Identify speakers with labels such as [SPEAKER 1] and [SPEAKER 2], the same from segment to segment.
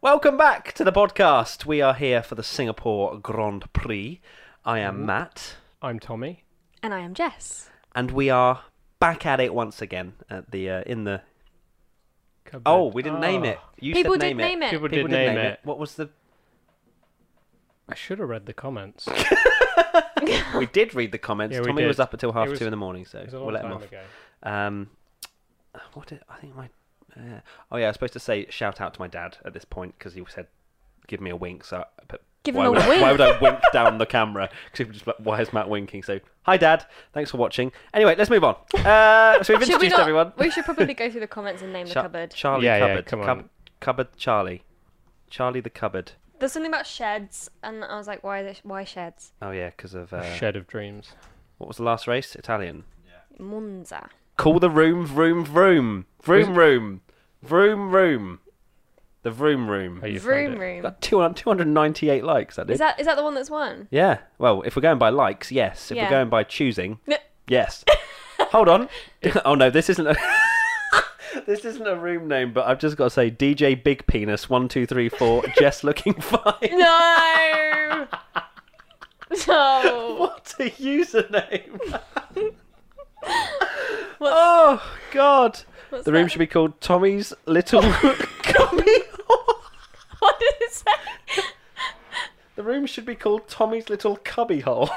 [SPEAKER 1] Welcome back to the podcast. We are here for the Singapore Grand Prix. I
[SPEAKER 2] Mm-hmm.
[SPEAKER 1] am Matt,
[SPEAKER 2] I'm Tommy.
[SPEAKER 3] And I am Jess.
[SPEAKER 1] and we are back at it once again at the uh, in the.
[SPEAKER 2] Cupboard.
[SPEAKER 1] Oh, we didn't name
[SPEAKER 2] Ah,
[SPEAKER 1] it. You
[SPEAKER 3] People
[SPEAKER 1] said
[SPEAKER 3] did
[SPEAKER 1] name
[SPEAKER 3] name
[SPEAKER 1] it.
[SPEAKER 3] it.
[SPEAKER 2] People,
[SPEAKER 1] People
[SPEAKER 2] did name it.
[SPEAKER 1] What was the?
[SPEAKER 2] I should have read the comments.
[SPEAKER 1] We did read the comments.
[SPEAKER 2] Yeah, we
[SPEAKER 1] Tommy was
[SPEAKER 2] did.
[SPEAKER 1] up until half
[SPEAKER 2] It was-
[SPEAKER 1] two in the morning, so
[SPEAKER 2] It was a long
[SPEAKER 1] we'll let him
[SPEAKER 2] time
[SPEAKER 1] off.
[SPEAKER 2] ago.
[SPEAKER 1] Um, what did I think my? Uh, oh yeah, I was supposed to say shout out to my dad at this point because he said, "Give me a wink." So, but
[SPEAKER 3] Give
[SPEAKER 1] why
[SPEAKER 3] him a
[SPEAKER 1] would I,
[SPEAKER 3] wink.
[SPEAKER 1] Why would I wink down the camera? Because just like, why is Matt winking? So, hi dad, thanks for watching. Anyway, let's move on. Uh, so we've
[SPEAKER 3] Should
[SPEAKER 1] introduced
[SPEAKER 3] we not-
[SPEAKER 1] everyone.
[SPEAKER 3] We should probably go through the comments and name the
[SPEAKER 1] Cha-
[SPEAKER 3] cupboard.
[SPEAKER 1] Charlie
[SPEAKER 2] Yeah, yeah,
[SPEAKER 1] cupboard.
[SPEAKER 2] come
[SPEAKER 1] Cub-
[SPEAKER 2] on.
[SPEAKER 1] cupboard Charlie. Charlie the cupboard.
[SPEAKER 3] There's something about sheds, and I was like, why? Is it, why sheds?
[SPEAKER 1] Oh yeah, because of
[SPEAKER 2] A
[SPEAKER 1] uh,
[SPEAKER 2] Shed of dreams.
[SPEAKER 1] what was the last race? Italian.
[SPEAKER 3] Monza.
[SPEAKER 1] Call the room, vroom, vroom, vroom,
[SPEAKER 2] Was-
[SPEAKER 1] room, vroom, room. The vroom room.
[SPEAKER 2] Oh, you
[SPEAKER 3] Vroom
[SPEAKER 2] found it.
[SPEAKER 3] room.
[SPEAKER 1] Got 200, 298 likes, that did.
[SPEAKER 3] Is that is that the one that's won?
[SPEAKER 1] Yeah. Well, if we're going by likes, yes. If
[SPEAKER 3] Yeah.
[SPEAKER 1] we're going by choosing,
[SPEAKER 3] N-
[SPEAKER 1] yes. Hold on. oh no, this isn't. A... this isn't a room name, but I've just got to say DJ Big Penis one two three four. Jess looking fine.
[SPEAKER 3] No. no.
[SPEAKER 1] What a username. oh God. the room
[SPEAKER 3] that?
[SPEAKER 1] should be called Tommy's Little Cubby Hole.
[SPEAKER 3] What did it say?
[SPEAKER 1] The room should be called Tommy's Little Cubby Hole.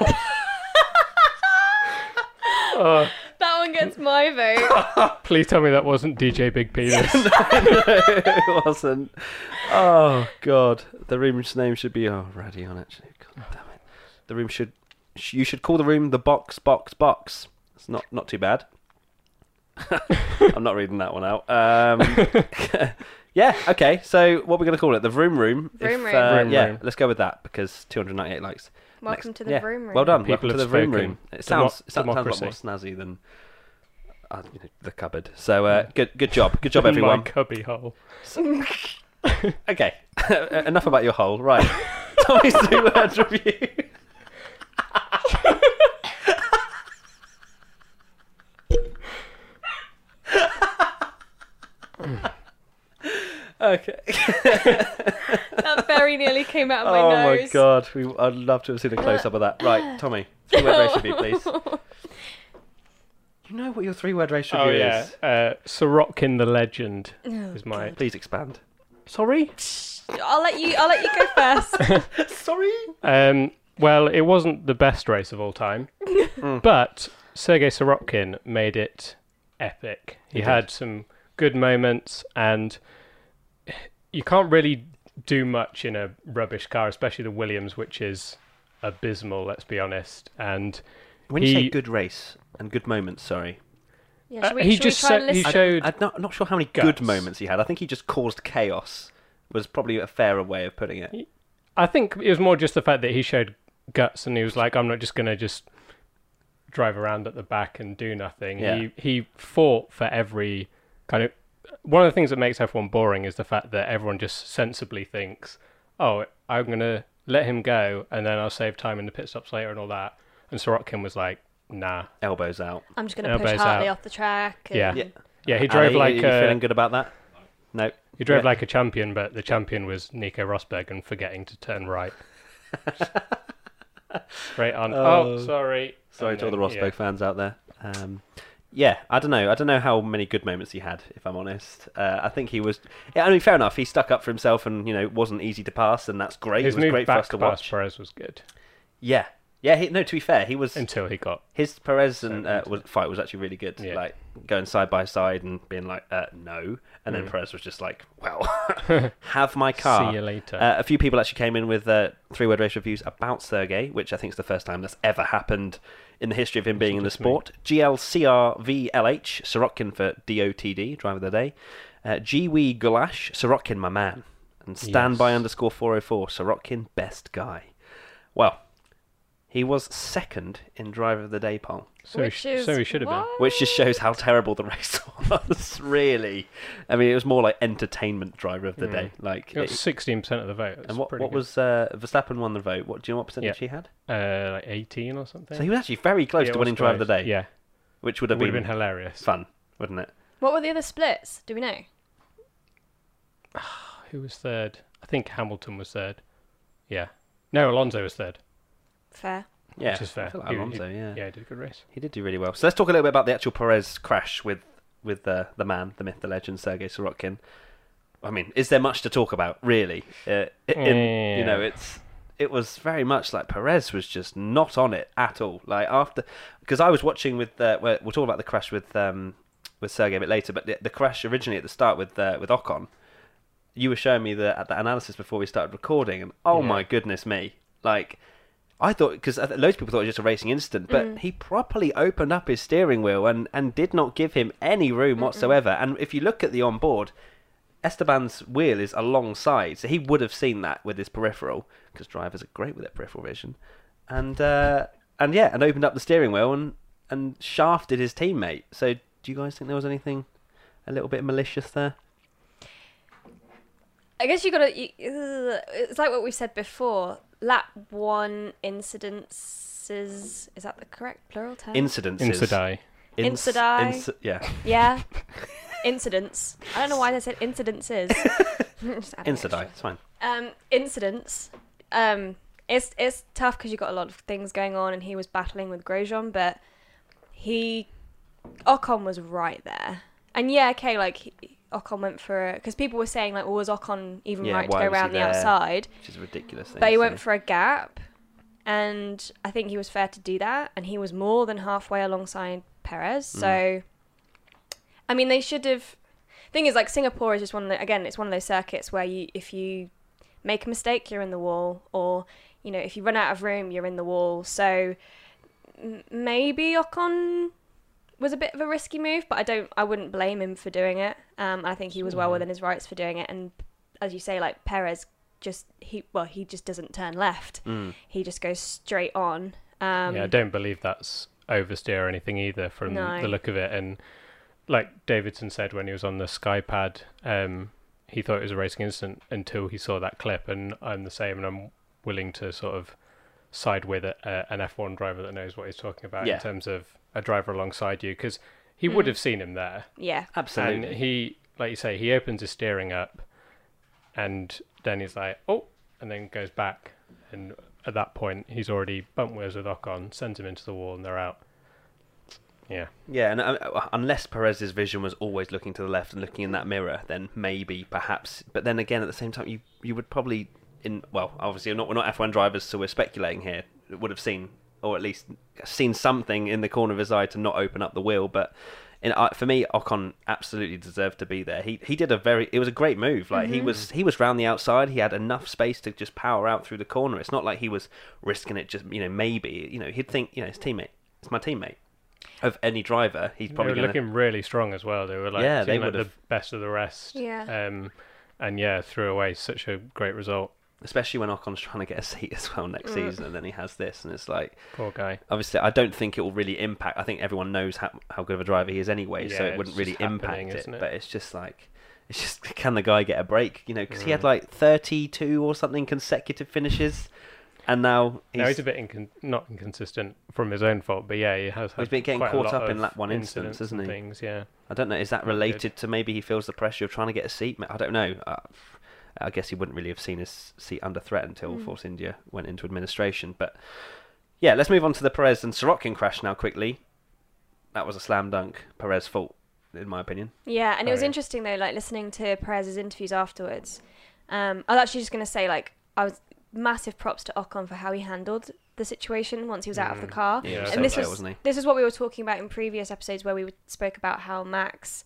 [SPEAKER 3] That one gets my vote.
[SPEAKER 2] Please tell me that wasn't DJ Big Penis.
[SPEAKER 1] it wasn't. Oh God, the room's name should be oh Radion actually. God
[SPEAKER 2] Oh.
[SPEAKER 1] damn it. The room should sh- you should call the room the box box box. It's not not too bad. I'm not reading that one out. Um, yeah, okay. So what we're gonna call it? The room room.
[SPEAKER 3] Vroom room.
[SPEAKER 1] Uh,
[SPEAKER 2] Vroom
[SPEAKER 1] yeah,
[SPEAKER 2] room.
[SPEAKER 1] let's go with that because 298 likes.
[SPEAKER 3] Welcome
[SPEAKER 1] Next-
[SPEAKER 3] to the
[SPEAKER 1] yeah,
[SPEAKER 3] room room.
[SPEAKER 1] Well done. Welcome
[SPEAKER 2] People
[SPEAKER 1] to the
[SPEAKER 2] have
[SPEAKER 1] room
[SPEAKER 2] spoken.
[SPEAKER 1] room. It
[SPEAKER 2] Demo-
[SPEAKER 1] sounds it sounds a lot more
[SPEAKER 2] democracy.
[SPEAKER 1] snazzy than uh, you know, the cupboard. So uh, good good job, good job everyone.
[SPEAKER 2] My cubby hole.
[SPEAKER 1] Okay, enough about your hole. Right, Tommy's two words review. okay.
[SPEAKER 3] That very nearly came out of my
[SPEAKER 1] oh
[SPEAKER 3] nose.
[SPEAKER 1] my god, we, I'd love to have seen a close up of that. Right, Tommy, three word race review, please. You know what your three word race review
[SPEAKER 2] Oh yeah,
[SPEAKER 1] is?
[SPEAKER 2] uh, Sorokin the Legend is my.
[SPEAKER 1] Please expand.
[SPEAKER 2] Sorry.
[SPEAKER 3] I'll let you. I'll let you go first.
[SPEAKER 1] Sorry.
[SPEAKER 2] Um, well, it wasn't the best race of all time, but Sergei Sorokin made it epic. He, had some good moments, and you can't really do much in a rubbish car, especially the Williams, which is abysmal. Let's be honest. And
[SPEAKER 1] When you say
[SPEAKER 2] He-
[SPEAKER 1] good race and good moments, sorry,
[SPEAKER 3] Yeah, should
[SPEAKER 2] Uh,
[SPEAKER 3] we,
[SPEAKER 2] he
[SPEAKER 3] should
[SPEAKER 2] just
[SPEAKER 3] we try
[SPEAKER 2] said-
[SPEAKER 3] and
[SPEAKER 2] he
[SPEAKER 3] listen?
[SPEAKER 2] sh- showed
[SPEAKER 1] I, am not, not sure how many
[SPEAKER 2] guts.
[SPEAKER 1] good moments he had. I think he just caused chaos. Was probably a fairer way of putting it.
[SPEAKER 2] I think it was more just the fact that he showed guts and he was like, I'm not just going to just drive around at the back and do nothing.
[SPEAKER 1] Yeah.
[SPEAKER 2] He he fought for every kind of one of the things that makes F1 boring is the fact that everyone just sensibly thinks, "Oh, I'm going to let him go and then I'll save time in the pit stops later and all that." And Sorokin was like, "Nah."
[SPEAKER 1] Elbows out.
[SPEAKER 3] I'm just gonna push
[SPEAKER 2] Elbows
[SPEAKER 3] Hartley
[SPEAKER 2] out.
[SPEAKER 3] off the track. and-
[SPEAKER 2] Yeah.
[SPEAKER 1] Yeah.
[SPEAKER 2] Yeah, he drove
[SPEAKER 1] Ali,
[SPEAKER 2] like
[SPEAKER 1] you, you
[SPEAKER 2] a
[SPEAKER 1] feeling good about that? No.
[SPEAKER 2] he drove
[SPEAKER 1] Yeah.
[SPEAKER 2] like a champion, but the champion was Nico Rosberg and forgetting to turn right. Straight on. oh, sorry.
[SPEAKER 1] Sorry
[SPEAKER 2] And
[SPEAKER 1] to all the
[SPEAKER 2] then,
[SPEAKER 1] Rosberg
[SPEAKER 2] yeah.
[SPEAKER 1] fans out there. Um, yeah, I don't know. I don't know how many good moments he had, if I'm honest. Uh, I think he was. Yeah, I mean, fair enough. He stuck up for himself, and you know, wasn't easy to pass, and that's great.
[SPEAKER 2] His
[SPEAKER 1] it was
[SPEAKER 2] move
[SPEAKER 1] great for
[SPEAKER 2] back
[SPEAKER 1] us to
[SPEAKER 2] past
[SPEAKER 1] watch.
[SPEAKER 2] Perez was good
[SPEAKER 1] Yeah, yeah. He, no, to be fair, he was
[SPEAKER 2] until he got.
[SPEAKER 1] his Perez and uh, was, fight was actually really good.
[SPEAKER 2] Yeah.
[SPEAKER 1] Like going side by side and being like, uh, no, and then Perez was just like, well, have my car.
[SPEAKER 2] Mm. See you later.
[SPEAKER 1] Uh, a few people actually came in with uh, three-word race reviews about Sergey, which I think is the first time that's ever happened in the history of him being in the sport. GLCRVLH E Sorokin for DOTD, driver of the day. Uh, GW Gulash Sorokin, my man. and standby
[SPEAKER 2] Yes.
[SPEAKER 1] underscore 404, Sorokin best guy. Well, he was second in driver of the day poll,
[SPEAKER 2] So, he
[SPEAKER 3] Which
[SPEAKER 2] sh-
[SPEAKER 3] is
[SPEAKER 2] so he should have been.
[SPEAKER 3] what?
[SPEAKER 1] which just shows how terrible the race was, really. I mean, it was more like entertainment driver of the day. Like,
[SPEAKER 2] He got
[SPEAKER 1] it-
[SPEAKER 2] sixteen percent of the vote. That's
[SPEAKER 1] and what,
[SPEAKER 2] pretty
[SPEAKER 1] what
[SPEAKER 2] good.
[SPEAKER 1] was uh, Verstappen won the vote? What do you know what percentage
[SPEAKER 2] Yeah.
[SPEAKER 1] he had?
[SPEAKER 2] uh, like eighteen or something?
[SPEAKER 1] So he was actually very close
[SPEAKER 2] Yeah,
[SPEAKER 1] to
[SPEAKER 2] it
[SPEAKER 1] winning
[SPEAKER 2] was
[SPEAKER 1] driver of the
[SPEAKER 2] close.
[SPEAKER 1] day,
[SPEAKER 2] Yeah,
[SPEAKER 1] which would
[SPEAKER 2] it
[SPEAKER 1] have
[SPEAKER 2] would
[SPEAKER 1] been,
[SPEAKER 2] have been hilarious.
[SPEAKER 1] fun, wouldn't it?
[SPEAKER 3] What were the other splits? Do we know?
[SPEAKER 2] Who was third? I think Hamilton was third. Yeah. No, Alonso was third,
[SPEAKER 3] Fair.
[SPEAKER 1] Yeah,
[SPEAKER 2] which is fair.
[SPEAKER 1] I feel like
[SPEAKER 2] He- he-
[SPEAKER 1] Alonso, yeah.
[SPEAKER 2] Yeah, he did a good race.
[SPEAKER 1] He did do really well. So let's talk a little bit about the actual Perez crash with with uh, the man, the myth, the legend, Sergei Sorokin. I mean, is there much to talk about, really? Uh, i- in, You
[SPEAKER 2] Yeah.
[SPEAKER 1] know, it's it was very much like Perez was just not on it at all. Like after, because I was watching with uh, we'll we'll talk about the crash with um, with Sergei a bit later, but the, the crash originally at the start with uh, with Ocon, you were showing me the the analysis before we started recording, and oh my goodness me, like I thought because loads of people thought it was just a racing incident, but he properly opened up his steering wheel and and did not give him any room whatsoever. And if you look at the onboard. Esteban's wheel is alongside, so he would have seen that with his peripheral because drivers are great with their peripheral vision, and uh, and yeah, and opened up the steering wheel and and shafted his teammate. So, do you guys think there was anything a little bit malicious there?
[SPEAKER 3] I guess you gotta. You, it's like what we said before. Lap one incidences. Is that the correct plural term?
[SPEAKER 1] Incidences.
[SPEAKER 2] Incidai.
[SPEAKER 1] Inc-
[SPEAKER 3] Incidai.
[SPEAKER 1] inci- yeah.
[SPEAKER 3] yeah. Incidents. I don't know why they said incidences. Just add an
[SPEAKER 1] Incidai. It's fine.
[SPEAKER 3] um, incidents. Um, it's it's tough because you've got a lot of things going on, and he was battling with Grosjean, but he Ocon was right there. And yeah, okay, like he- Ocon went for because people were saying like, well, was Ocon even
[SPEAKER 1] Yeah,
[SPEAKER 3] right to
[SPEAKER 1] why
[SPEAKER 3] go
[SPEAKER 1] was he
[SPEAKER 3] around the
[SPEAKER 1] there?
[SPEAKER 3] outside?
[SPEAKER 1] Which is a ridiculous thing.
[SPEAKER 3] But he
[SPEAKER 1] to
[SPEAKER 3] went
[SPEAKER 1] say.
[SPEAKER 3] for a gap, and I think he was fair to do that. And he was more than halfway alongside Perez. So, I mean, they should have. Thing is, like Singapore is just one of the, again, it's one of those circuits where you if you make a mistake, you're in the wall, or you know, if you run out of room, you're in the wall. So m- maybe Ocon was a bit of a risky move, but I don't, I wouldn't blame him for doing it. Um, I think he was well within his rights for doing it, and as you say, like Perez just he well he just doesn't turn left. He just goes straight on. Um,
[SPEAKER 2] Mm. yeah, I don't believe that's oversteer or anything either from
[SPEAKER 3] No.
[SPEAKER 2] the look of it. And like Davidson said when he was on the Skypad, um, he thought it was a racing incident until he saw that clip. And I'm the same, and I'm willing to sort of side with a, a, an F1 driver that knows what he's talking about
[SPEAKER 1] Yeah.
[SPEAKER 2] in terms of a driver alongside you because he
[SPEAKER 3] Hmm.
[SPEAKER 2] would have seen him there.
[SPEAKER 3] yeah.
[SPEAKER 1] Absolutely.
[SPEAKER 2] And he, like you say, he opens his steering up, and then he's like, oh, and then goes back, and at that point he's already bumped wheels with Ocon, sends him into the wall, and they're out. Yeah,
[SPEAKER 1] Yeah, and uh, unless Perez's vision was always looking to the left and looking in that mirror, then maybe, perhaps. But then again, at the same time, you you would probably in well, obviously, we're not we're not F1 drivers, so we're speculating here. Would have seen or at least seen something in the corner of his eye to not open up the wheel, but. In, uh, for me, Ocon absolutely deserved to be there. He he did a very it was a great move. Like he was he was round the outside. He had enough space to just power out through the corner. It's not like he was risking it. Just you know maybe you know he'd think you know his teammate. It's my teammate of any driver, he's
[SPEAKER 2] they
[SPEAKER 1] probably
[SPEAKER 2] were
[SPEAKER 1] going to.
[SPEAKER 2] looking really strong as well. They were like,
[SPEAKER 1] Yeah,
[SPEAKER 2] yeah,
[SPEAKER 1] they
[SPEAKER 2] like the
[SPEAKER 1] would've-
[SPEAKER 2] best of the rest.
[SPEAKER 3] Yeah.
[SPEAKER 2] Um, and yeah, threw away such a great result.
[SPEAKER 1] Especially when Ocon's trying to get a seat as well next season, and then he has this, and it's like,
[SPEAKER 2] Poor guy.
[SPEAKER 1] obviously, I don't think it will really impact. I think everyone knows how, how good of a driver he is anyway, so
[SPEAKER 2] Yeah,
[SPEAKER 1] it wouldn't
[SPEAKER 2] it's
[SPEAKER 1] really
[SPEAKER 2] just happening,
[SPEAKER 1] impact it,
[SPEAKER 2] isn't it?
[SPEAKER 1] But it's just like, it's just can the guy get a break? You know, because
[SPEAKER 2] Mm.
[SPEAKER 1] he had like thirty-two or something consecutive finishes, and now he's,
[SPEAKER 2] Now he's a bit incon- not inconsistent from his own fault, but yeah, he has. Had
[SPEAKER 1] He's been getting
[SPEAKER 2] quite a
[SPEAKER 1] caught
[SPEAKER 2] lot
[SPEAKER 1] up in
[SPEAKER 2] of
[SPEAKER 1] that one instance,
[SPEAKER 2] incidents
[SPEAKER 1] isn't
[SPEAKER 2] and
[SPEAKER 1] he?
[SPEAKER 2] Things, yeah.
[SPEAKER 1] I don't know. Is that related to maybe he feels the pressure of trying to get a seat? Ma- I don't know. Uh, I guess he wouldn't really have seen his seat under threat until Force India went into administration. But yeah, let's move on to the Perez and Sorokin crash now quickly. That was a slam dunk. Perez fault, in my opinion.
[SPEAKER 3] Yeah, and it was
[SPEAKER 2] Sorry.
[SPEAKER 3] interesting though, like listening to Perez's interviews afterwards. Um, I was actually just gonna say, like, I was massive props to Ocon for how he handled the situation once he was out of the car.
[SPEAKER 1] Mm. Yeah, he was
[SPEAKER 3] and this
[SPEAKER 1] out there,
[SPEAKER 3] was
[SPEAKER 1] wasn't he?
[SPEAKER 3] this is what we were talking about in previous episodes where we spoke about how Max.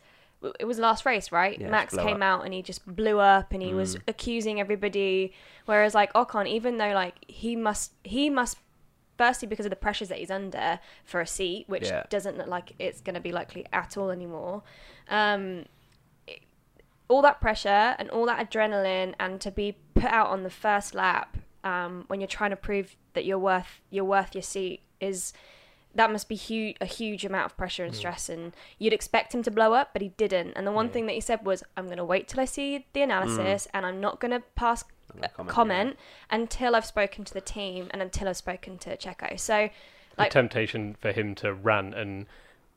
[SPEAKER 3] It was last race, right?
[SPEAKER 1] Yeah,
[SPEAKER 3] Max
[SPEAKER 1] blow
[SPEAKER 3] came
[SPEAKER 1] up. Mm.
[SPEAKER 3] out and he just blew up and he was accusing everybody. Whereas like Ocon, even though like he must he must firstly because of the pressures that he's under for a seat, which
[SPEAKER 1] Yeah.
[SPEAKER 3] doesn't look like it's going to be likely at all anymore. Um, all that pressure and all that adrenaline and to be put out on the first lap um, when you're trying to prove that you're worth you're worth your seat is that must be huge a huge amount of pressure
[SPEAKER 1] Mm.
[SPEAKER 3] and stress and you'd expect him to blow up but he didn't and the one thing that he said was i'm going to wait till i see the analysis and i'm not going to pass
[SPEAKER 1] Mm. gonna
[SPEAKER 3] comment,
[SPEAKER 1] comment, yeah.
[SPEAKER 3] until i've spoken to the team and until i've spoken to checo so
[SPEAKER 2] the
[SPEAKER 3] like
[SPEAKER 2] temptation for him to rant and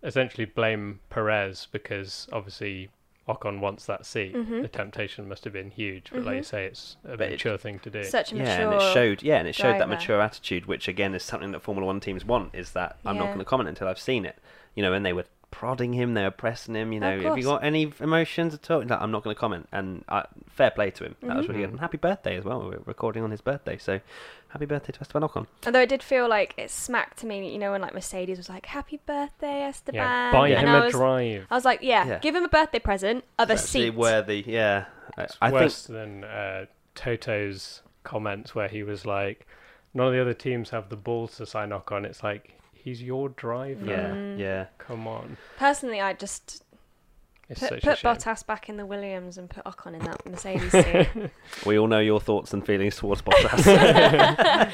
[SPEAKER 2] essentially blame Perez because obviously Ocon wants that seat.
[SPEAKER 3] Mm-hmm.
[SPEAKER 2] The temptation must have been huge, but like you say, it's a
[SPEAKER 1] But it-
[SPEAKER 2] mature thing to do.
[SPEAKER 3] such a
[SPEAKER 1] yeah,
[SPEAKER 3] mature
[SPEAKER 1] and it showed. Yeah, and it showed that
[SPEAKER 3] driver.
[SPEAKER 1] mature attitude, which again is something that Formula One teams want. Is that I'm not
[SPEAKER 3] Yeah.
[SPEAKER 1] going to comment until I've seen it. You know, and they were prodding him, they were pressing him. You
[SPEAKER 3] Of
[SPEAKER 1] know, have you
[SPEAKER 3] course.
[SPEAKER 1] got any emotions at all? He's like, I'm not going to comment. And uh, fair play to him. That was really
[SPEAKER 3] Mm-hmm.
[SPEAKER 1] good. And happy birthday as well. We're recording on his birthday, so happy birthday to Esteban Ocon.
[SPEAKER 3] Although I did feel like it smacked to me, you know, when like Mercedes was like, "Happy birthday, Esteban,"
[SPEAKER 2] yeah, buy
[SPEAKER 3] and
[SPEAKER 2] him
[SPEAKER 3] I
[SPEAKER 2] a
[SPEAKER 3] was,
[SPEAKER 2] drive.
[SPEAKER 3] I was like, yeah,
[SPEAKER 1] Yeah.
[SPEAKER 3] give him a birthday present of a
[SPEAKER 1] It's actually
[SPEAKER 3] seat.
[SPEAKER 1] worthy. Yeah, I, I think
[SPEAKER 2] Worse than uh, Toto's comments where he was like, "None of the other teams have the balls to sign Ocon." It's like he's your driver.
[SPEAKER 1] Yeah,
[SPEAKER 3] Mm.
[SPEAKER 1] yeah.
[SPEAKER 2] Come on,
[SPEAKER 3] Personally, I just
[SPEAKER 2] it's
[SPEAKER 3] put,
[SPEAKER 2] such
[SPEAKER 3] put
[SPEAKER 2] a shame.
[SPEAKER 3] Bottas back in the Williams and put Ocon in that Mercedes seat.
[SPEAKER 1] We all know your thoughts and feelings towards Bottas. uh,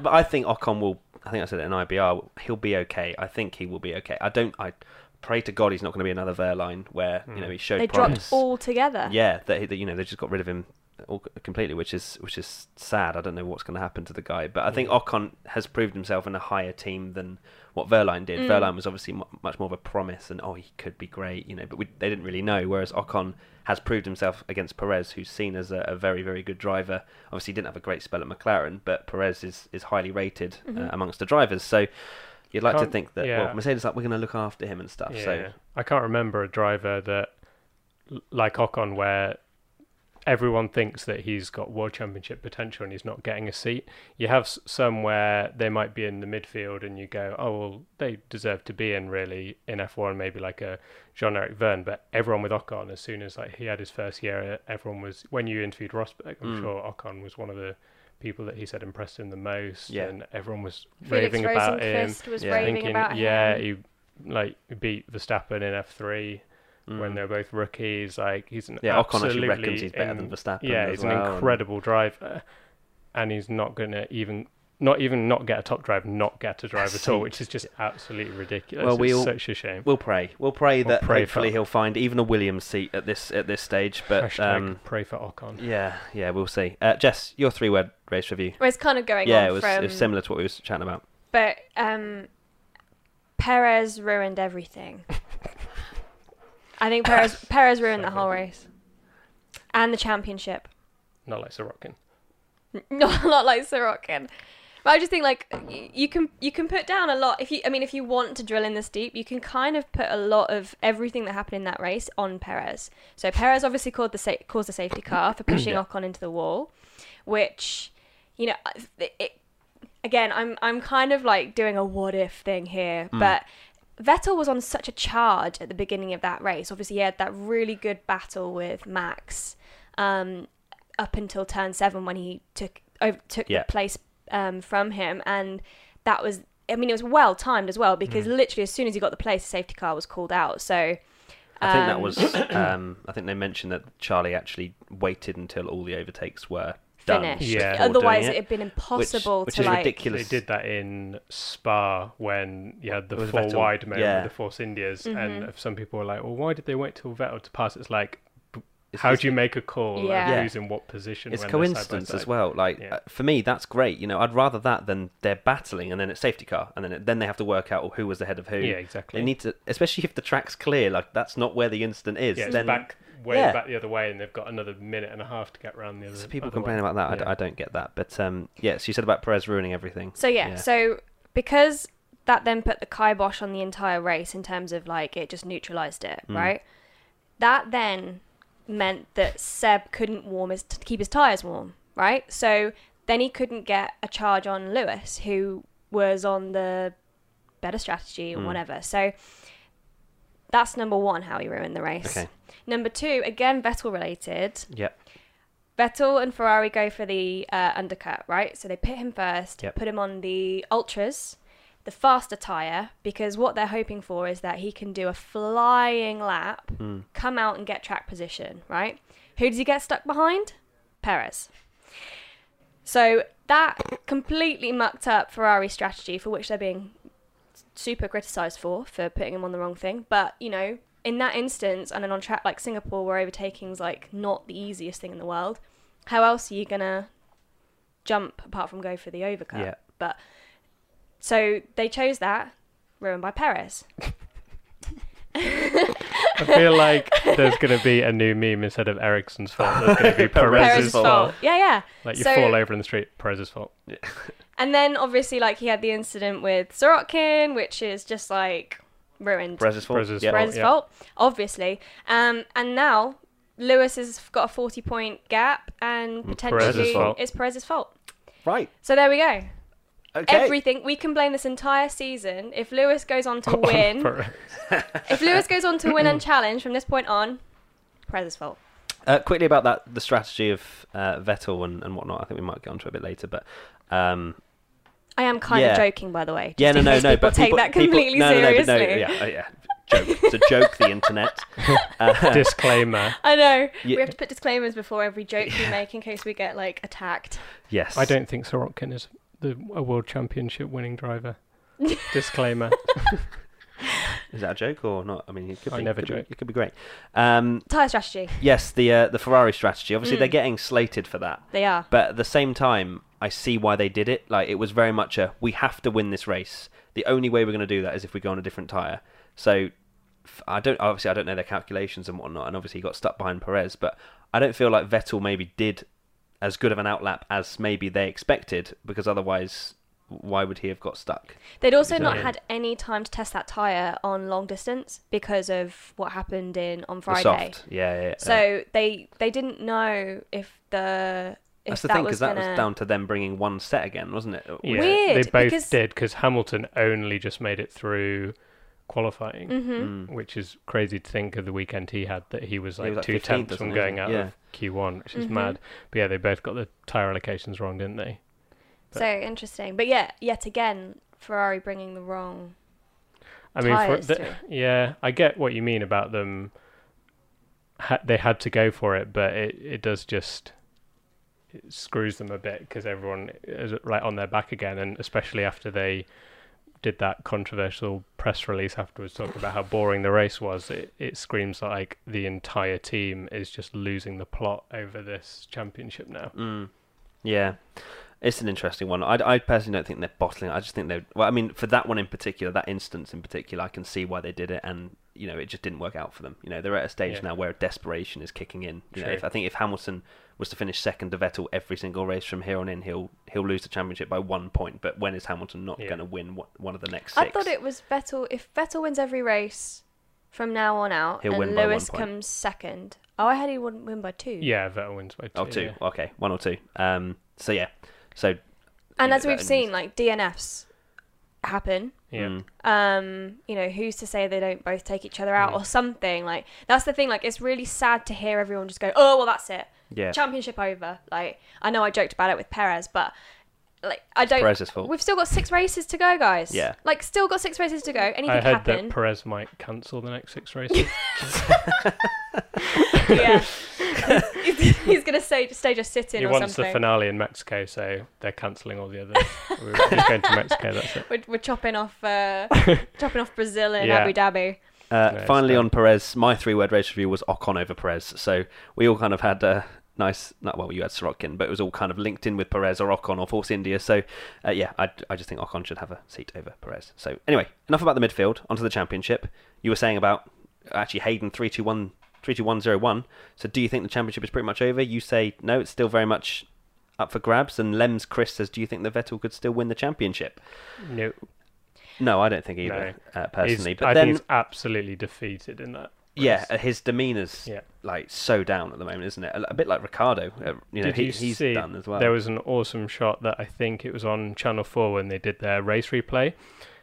[SPEAKER 1] but I think Ocon will. I think I said it in IBR. He'll be okay. I think he will be okay. I don't. I pray to God he's not going to be another Verline where you know he showed
[SPEAKER 3] They
[SPEAKER 1] promise.
[SPEAKER 3] dropped all together.
[SPEAKER 1] Yeah, that, he- that you know they just got rid of him all, completely, which is which is sad. I don't know what's going to happen to the guy, but I think Ocon has proved himself in a higher team than what Verline did. Verline was obviously mu much more of a promise, and oh, he could be great, you know. But we, they didn't really know. Whereas Ocon has proved himself against Perez, who's seen as a, a very very good driver. Obviously, he didn't have a great spell at McLaren, but Perez is is highly rated uh, amongst the drivers. So. You'd like to
[SPEAKER 2] Can't-
[SPEAKER 1] think that
[SPEAKER 2] yeah.
[SPEAKER 1] well, Mercedes like we're going to look after him and stuff. So
[SPEAKER 2] I can't remember a driver that l- like Ocon where everyone thinks that he's got world championship potential and he's not getting a seat. You have s- some where they might be in the midfield and you go, oh well, they deserve to be in really in F1, maybe like a Jean-Eric Verne, but everyone with Ocon as soon as like he had his first year, everyone was when you interviewed Rosberg, I'm
[SPEAKER 1] Mm.
[SPEAKER 2] sure Ocon was one of the people that he said impressed him the most
[SPEAKER 1] Yeah.
[SPEAKER 2] and everyone was
[SPEAKER 3] Felix
[SPEAKER 2] raving about him
[SPEAKER 3] Rosenquist was
[SPEAKER 1] Yeah.
[SPEAKER 3] raving
[SPEAKER 2] thinking,
[SPEAKER 3] about him.
[SPEAKER 2] yeah, he like beat Verstappen in F three when they were both rookies. Like he's an
[SPEAKER 1] Mm. Yeah, Ocon actually
[SPEAKER 2] absolutely
[SPEAKER 1] reckons he's better than
[SPEAKER 2] in-
[SPEAKER 1] Verstappen
[SPEAKER 2] Yeah,
[SPEAKER 1] as
[SPEAKER 2] he's
[SPEAKER 1] well,
[SPEAKER 2] an
[SPEAKER 1] and-
[SPEAKER 2] incredible driver, and he's not gonna even. Not even not get a top drive, not get a drive at all, which is just absolutely ridiculous.
[SPEAKER 1] Well,
[SPEAKER 2] Well,
[SPEAKER 1] we
[SPEAKER 2] it's
[SPEAKER 1] all-
[SPEAKER 2] such a shame.
[SPEAKER 1] We'll pray. We'll pray that
[SPEAKER 2] pray
[SPEAKER 1] hopefully
[SPEAKER 2] for-
[SPEAKER 1] he'll find even a Williams seat at this at this stage. But
[SPEAKER 2] Hashtag
[SPEAKER 1] um,
[SPEAKER 2] pray for Ocon.
[SPEAKER 1] yeah, yeah, we'll see. Uh, Jess, your three word race review.
[SPEAKER 3] Well, it's kind of going
[SPEAKER 1] yeah,
[SPEAKER 3] on
[SPEAKER 1] it was,
[SPEAKER 3] from
[SPEAKER 1] it was similar to what we were chatting about.
[SPEAKER 3] But um, Perez ruined everything. I think Perez Perez ruined the whole race, and the championship.
[SPEAKER 2] Not like Sorokin.
[SPEAKER 3] not a lot like Sorokin. But I just think like y- you can you can put down a lot if you I mean if you want to drill in this deep you can kind of put a lot of everything that happened in that race on Perez. So Perez obviously called the sa- caused the safety car for pushing Ocon into the wall, which you know it, it, again I'm I'm kind of like doing a what if thing here,
[SPEAKER 1] Mm.
[SPEAKER 3] but Vettel was on such a charge at the beginning of that race. Obviously he had that really good battle with Max um, up until turn seven when he took over, took
[SPEAKER 1] Yeah.
[SPEAKER 3] the place um, from him, and that was I mean it was well timed as well because
[SPEAKER 1] Mm.
[SPEAKER 3] literally as soon as he got the place, the safety car was called out. So
[SPEAKER 1] I think that was. Um, I think they mentioned that Charlie actually waited until all the overtakes were done.
[SPEAKER 3] finished.
[SPEAKER 2] Yeah.
[SPEAKER 1] before
[SPEAKER 3] Otherwise,
[SPEAKER 1] doing
[SPEAKER 3] it had been
[SPEAKER 1] which-
[SPEAKER 3] impossible
[SPEAKER 1] which
[SPEAKER 3] to
[SPEAKER 1] is
[SPEAKER 3] like.
[SPEAKER 1] ridiculous.
[SPEAKER 2] They did that in Spa when you had the
[SPEAKER 1] With
[SPEAKER 2] four
[SPEAKER 1] Vettel,
[SPEAKER 2] wide moment
[SPEAKER 1] yeah.
[SPEAKER 2] with the Force Indias,
[SPEAKER 3] Mm-hmm.
[SPEAKER 2] and some people were like, "Well, why did they wait till Vettel to pass?" It's like, b-
[SPEAKER 1] It's-
[SPEAKER 2] how
[SPEAKER 1] it's-
[SPEAKER 2] do you make a call
[SPEAKER 3] Yeah.
[SPEAKER 2] of
[SPEAKER 3] Yeah.
[SPEAKER 2] who's in what position?
[SPEAKER 1] It's
[SPEAKER 2] when they're side by
[SPEAKER 1] coincidence as
[SPEAKER 2] side?
[SPEAKER 1] well. Like
[SPEAKER 2] Yeah.
[SPEAKER 1] uh, for me, that's great. You know, I'd rather that than they're battling and then it's safety car and then it, then they have to work out who was ahead of who.
[SPEAKER 2] Yeah, exactly.
[SPEAKER 1] They need to, especially if the track's clear. Like that's not where the incident is.
[SPEAKER 2] Yeah, it's
[SPEAKER 1] then
[SPEAKER 2] back way
[SPEAKER 1] Yeah.
[SPEAKER 2] back the other way, and they've got another minute and a half to get round the other.
[SPEAKER 1] So people
[SPEAKER 2] other
[SPEAKER 1] complain
[SPEAKER 2] way.
[SPEAKER 1] about that. I d- I, don't get that. But um, yes, you said about Perez ruining everything.
[SPEAKER 3] So yeah,
[SPEAKER 1] Yeah.
[SPEAKER 3] so because that then put the kibosh on the entire race in terms of like it just neutralized it,
[SPEAKER 1] Mm.
[SPEAKER 3] right? That then meant that Seb couldn't warm his t- keep his tires warm, right? So then he couldn't get a charge on Lewis, who was on the better strategy
[SPEAKER 1] Mm.
[SPEAKER 3] or whatever. So that's number one, how he ruined the race.
[SPEAKER 1] Okay.
[SPEAKER 3] Number two, again Vettel related.
[SPEAKER 1] Yep.
[SPEAKER 3] Vettel and Ferrari go for the uh, undercut, right? So they pit him first,
[SPEAKER 1] Yep.
[SPEAKER 3] put him on the ultras. the faster tire because what they're hoping for is that he can do a flying lap, come out and get track position, right? Who does he get stuck behind? Perez. So that completely mucked up Ferrari's strategy for which they're being super criticised for for putting him on the wrong thing. But you know, in that instance, and then on track like Singapore, where overtaking's like not the easiest thing in the world, how else are you gonna jump apart from go for the overcut?
[SPEAKER 1] Yeah.
[SPEAKER 3] But so they chose that, ruined by Perez.
[SPEAKER 2] I feel like there's going to be a new meme instead of Ericsson's fault. There's going to be Perez's,
[SPEAKER 1] Perez's
[SPEAKER 3] Perez's
[SPEAKER 2] fault.
[SPEAKER 3] fault. Yeah, yeah.
[SPEAKER 2] Like you
[SPEAKER 3] So-
[SPEAKER 2] fall over in the street, Perez's fault.
[SPEAKER 3] And then obviously, like he had the incident with Sorotkin, which is just like ruined.
[SPEAKER 1] Perez's fault.
[SPEAKER 2] Perez's
[SPEAKER 1] yeah.
[SPEAKER 2] fault.
[SPEAKER 3] Perez's
[SPEAKER 2] yeah.
[SPEAKER 3] fault, obviously. Um, and now Lewis has got a 40 point gap, and potentially
[SPEAKER 2] Mm, Perez's fault.
[SPEAKER 3] it's Perez's fault.
[SPEAKER 1] Right.
[SPEAKER 3] So there we go.
[SPEAKER 1] Okay.
[SPEAKER 3] Everything we can blame this entire season. If Lewis goes on to
[SPEAKER 2] On
[SPEAKER 3] win,
[SPEAKER 2] Perez.
[SPEAKER 3] if Lewis goes on to win and challenge from this point on, Perez's fault.
[SPEAKER 1] Uh, quickly about that, the strategy of uh, Vettel and, and whatnot. I think we might get onto a bit later, but um,
[SPEAKER 3] I am kind
[SPEAKER 1] Yeah.
[SPEAKER 3] of joking, by the way. just
[SPEAKER 1] yeah, no,
[SPEAKER 3] in
[SPEAKER 1] no,
[SPEAKER 3] case
[SPEAKER 1] no.
[SPEAKER 3] people
[SPEAKER 1] But
[SPEAKER 3] take
[SPEAKER 1] people,
[SPEAKER 3] that
[SPEAKER 1] people-
[SPEAKER 3] completely
[SPEAKER 1] no, no, no, but
[SPEAKER 3] seriously.
[SPEAKER 1] No, yeah, oh, yeah. Joke. It's a joke. The internet.
[SPEAKER 2] Disclaimer.
[SPEAKER 3] I know.
[SPEAKER 1] Yeah.
[SPEAKER 3] We have to put disclaimers before every joke we make in case we get like attacked.
[SPEAKER 1] Yes.
[SPEAKER 2] I don't think Sorokin is the, a world championship winning driver. Disclaimer.
[SPEAKER 1] Is that a joke or not? I mean, it could
[SPEAKER 2] I
[SPEAKER 1] be.
[SPEAKER 2] never
[SPEAKER 1] could be-
[SPEAKER 2] joke.
[SPEAKER 1] it could be great. Um,
[SPEAKER 3] Tire strategy.
[SPEAKER 1] yes, the uh, the Ferrari strategy. Obviously,
[SPEAKER 3] Hmm.
[SPEAKER 1] they're getting slated for that.
[SPEAKER 3] They are.
[SPEAKER 1] But at the same time, I see why they did it. Like it was very much a we have to win this race. The only way we're going to do that is if we go on a different tire. So f- I don't obviously I don't know their calculations and whatnot, and obviously he got stuck behind Perez. But I don't feel like Vettel maybe did as good of an outlap as maybe they expected because otherwise, why would he have got stuck?
[SPEAKER 3] They'd also not
[SPEAKER 1] Exactly.
[SPEAKER 3] had any time to test that tire on long distance because of what happened in on
[SPEAKER 1] The
[SPEAKER 3] Friday.
[SPEAKER 1] soft, yeah, yeah. yeah.
[SPEAKER 3] So they they didn't know if the if
[SPEAKER 1] that's the
[SPEAKER 3] that
[SPEAKER 1] thing
[SPEAKER 3] was
[SPEAKER 1] because that
[SPEAKER 3] gonna...
[SPEAKER 1] was down to them bringing one set again, wasn't it?
[SPEAKER 2] Yeah,
[SPEAKER 3] Weird,
[SPEAKER 2] they both
[SPEAKER 3] because-
[SPEAKER 2] did because Hamilton only just made it through qualifying,
[SPEAKER 3] Mm-hmm. Mm.
[SPEAKER 2] which is crazy to think of the weekend he had that he was like,
[SPEAKER 1] was, like,
[SPEAKER 2] two
[SPEAKER 1] 15th
[SPEAKER 2] tenths
[SPEAKER 1] or
[SPEAKER 2] from
[SPEAKER 1] something,
[SPEAKER 2] going out
[SPEAKER 1] yeah.
[SPEAKER 2] of Q1, which is
[SPEAKER 3] Mm-hmm.
[SPEAKER 2] mad. But yeah, they both got the tyre allocations wrong, didn't they?
[SPEAKER 1] Mm-hmm.
[SPEAKER 3] So interesting, but yeah, yet again, Ferrari bringing the wrong.
[SPEAKER 2] I mean, for,
[SPEAKER 3] Tyres
[SPEAKER 2] the, yeah, I get what you mean about them. Ha- they had to go for it, but it, it does just it screws them a bit because everyone is like on their back again, and especially after they did that controversial press release afterwards talking about how boring the race was. It it screams like the entire team is just losing the plot over this championship now.
[SPEAKER 1] Mm. Yeah, it's an interesting one. I, I personally don't think they're bottling. it. I just think they. Well, I mean, for that one in particular, that instance in particular, I can see why they did it, and you know, it just didn't work out for them. You know, they're at a stage
[SPEAKER 2] Yeah.
[SPEAKER 1] now where desperation is kicking in. You know,
[SPEAKER 2] True.
[SPEAKER 1] if, I think if Hamilton was to finish second to Vettel every single race from here on in, he'll he'll lose the championship by one point. But when is Hamilton not
[SPEAKER 2] Yeah.
[SPEAKER 1] going to win one- one of the next six?
[SPEAKER 3] I thought it was Vettel. If Vettel wins every race from now on out,
[SPEAKER 1] He'll
[SPEAKER 3] and
[SPEAKER 1] win by one
[SPEAKER 3] Lewis
[SPEAKER 1] point.
[SPEAKER 3] comes second. Oh, I had he wouldn't win by two.
[SPEAKER 2] Yeah, Vettel wins by two.
[SPEAKER 1] Oh, two.
[SPEAKER 2] yeah.
[SPEAKER 1] Okay, one or two. Um. So yeah. So.
[SPEAKER 3] and
[SPEAKER 1] yeah,
[SPEAKER 3] as
[SPEAKER 1] that
[SPEAKER 3] we've
[SPEAKER 1] only-
[SPEAKER 3] seen, like DNFs happen.
[SPEAKER 2] Yeah.
[SPEAKER 3] um you know who's to say they don't both take each other out or something like that's the thing like it's really sad to hear everyone just go oh well that's it
[SPEAKER 1] Yeah.
[SPEAKER 3] championship over like i know i joked about it with perez but like i don't
[SPEAKER 1] Perez's fault.
[SPEAKER 3] we've still got six races to go guys
[SPEAKER 1] Yeah.
[SPEAKER 3] like still got six races to go anything
[SPEAKER 2] I heard
[SPEAKER 3] happen
[SPEAKER 2] that Perez might cancel the next six races.
[SPEAKER 3] yeah he's, he's gonna stay, stay just sitting
[SPEAKER 2] He
[SPEAKER 3] or
[SPEAKER 2] wants the
[SPEAKER 3] something
[SPEAKER 2] finale in Mexico, so they're cancelling all the others. we're just going to Mexico. That's it.
[SPEAKER 3] we're, we're chopping off uh chopping off brazil and
[SPEAKER 2] Yeah.
[SPEAKER 3] abu dhabi
[SPEAKER 1] Uh,
[SPEAKER 2] it's
[SPEAKER 1] finally,
[SPEAKER 2] fair.
[SPEAKER 1] on Perez, my three-word race review was Ocon over Perez. So we all kind of had a nice, not well, you had Sorokin, but it was all kind of linked in with Perez or Ocon or Force India. So uh, yeah, I, I just think Ocon should have a seat over Perez. So anyway, enough about the midfield. Onto the championship. You were saying about actually Hayden three two one three two one zero one. So do you think the championship is pretty much over? You say no, it's still very much up for grabs. And Lems Chris says, do you think the Vettel could still win the championship?
[SPEAKER 2] No,
[SPEAKER 1] No, I don't think either uh, personally.
[SPEAKER 2] He's-
[SPEAKER 1] but
[SPEAKER 2] I
[SPEAKER 1] then
[SPEAKER 2] think he's absolutely defeated in that.
[SPEAKER 1] Yeah,
[SPEAKER 2] race.
[SPEAKER 1] uh, his demeanor's
[SPEAKER 2] Yeah.
[SPEAKER 1] like so down at the moment, isn't it? A, a bit like Ricardo. Uh, you know,
[SPEAKER 2] Did
[SPEAKER 1] he,
[SPEAKER 2] you
[SPEAKER 1] he's
[SPEAKER 2] see
[SPEAKER 1] done as well.
[SPEAKER 2] There was an awesome shot that I think it was on Channel Four when they did their race replay,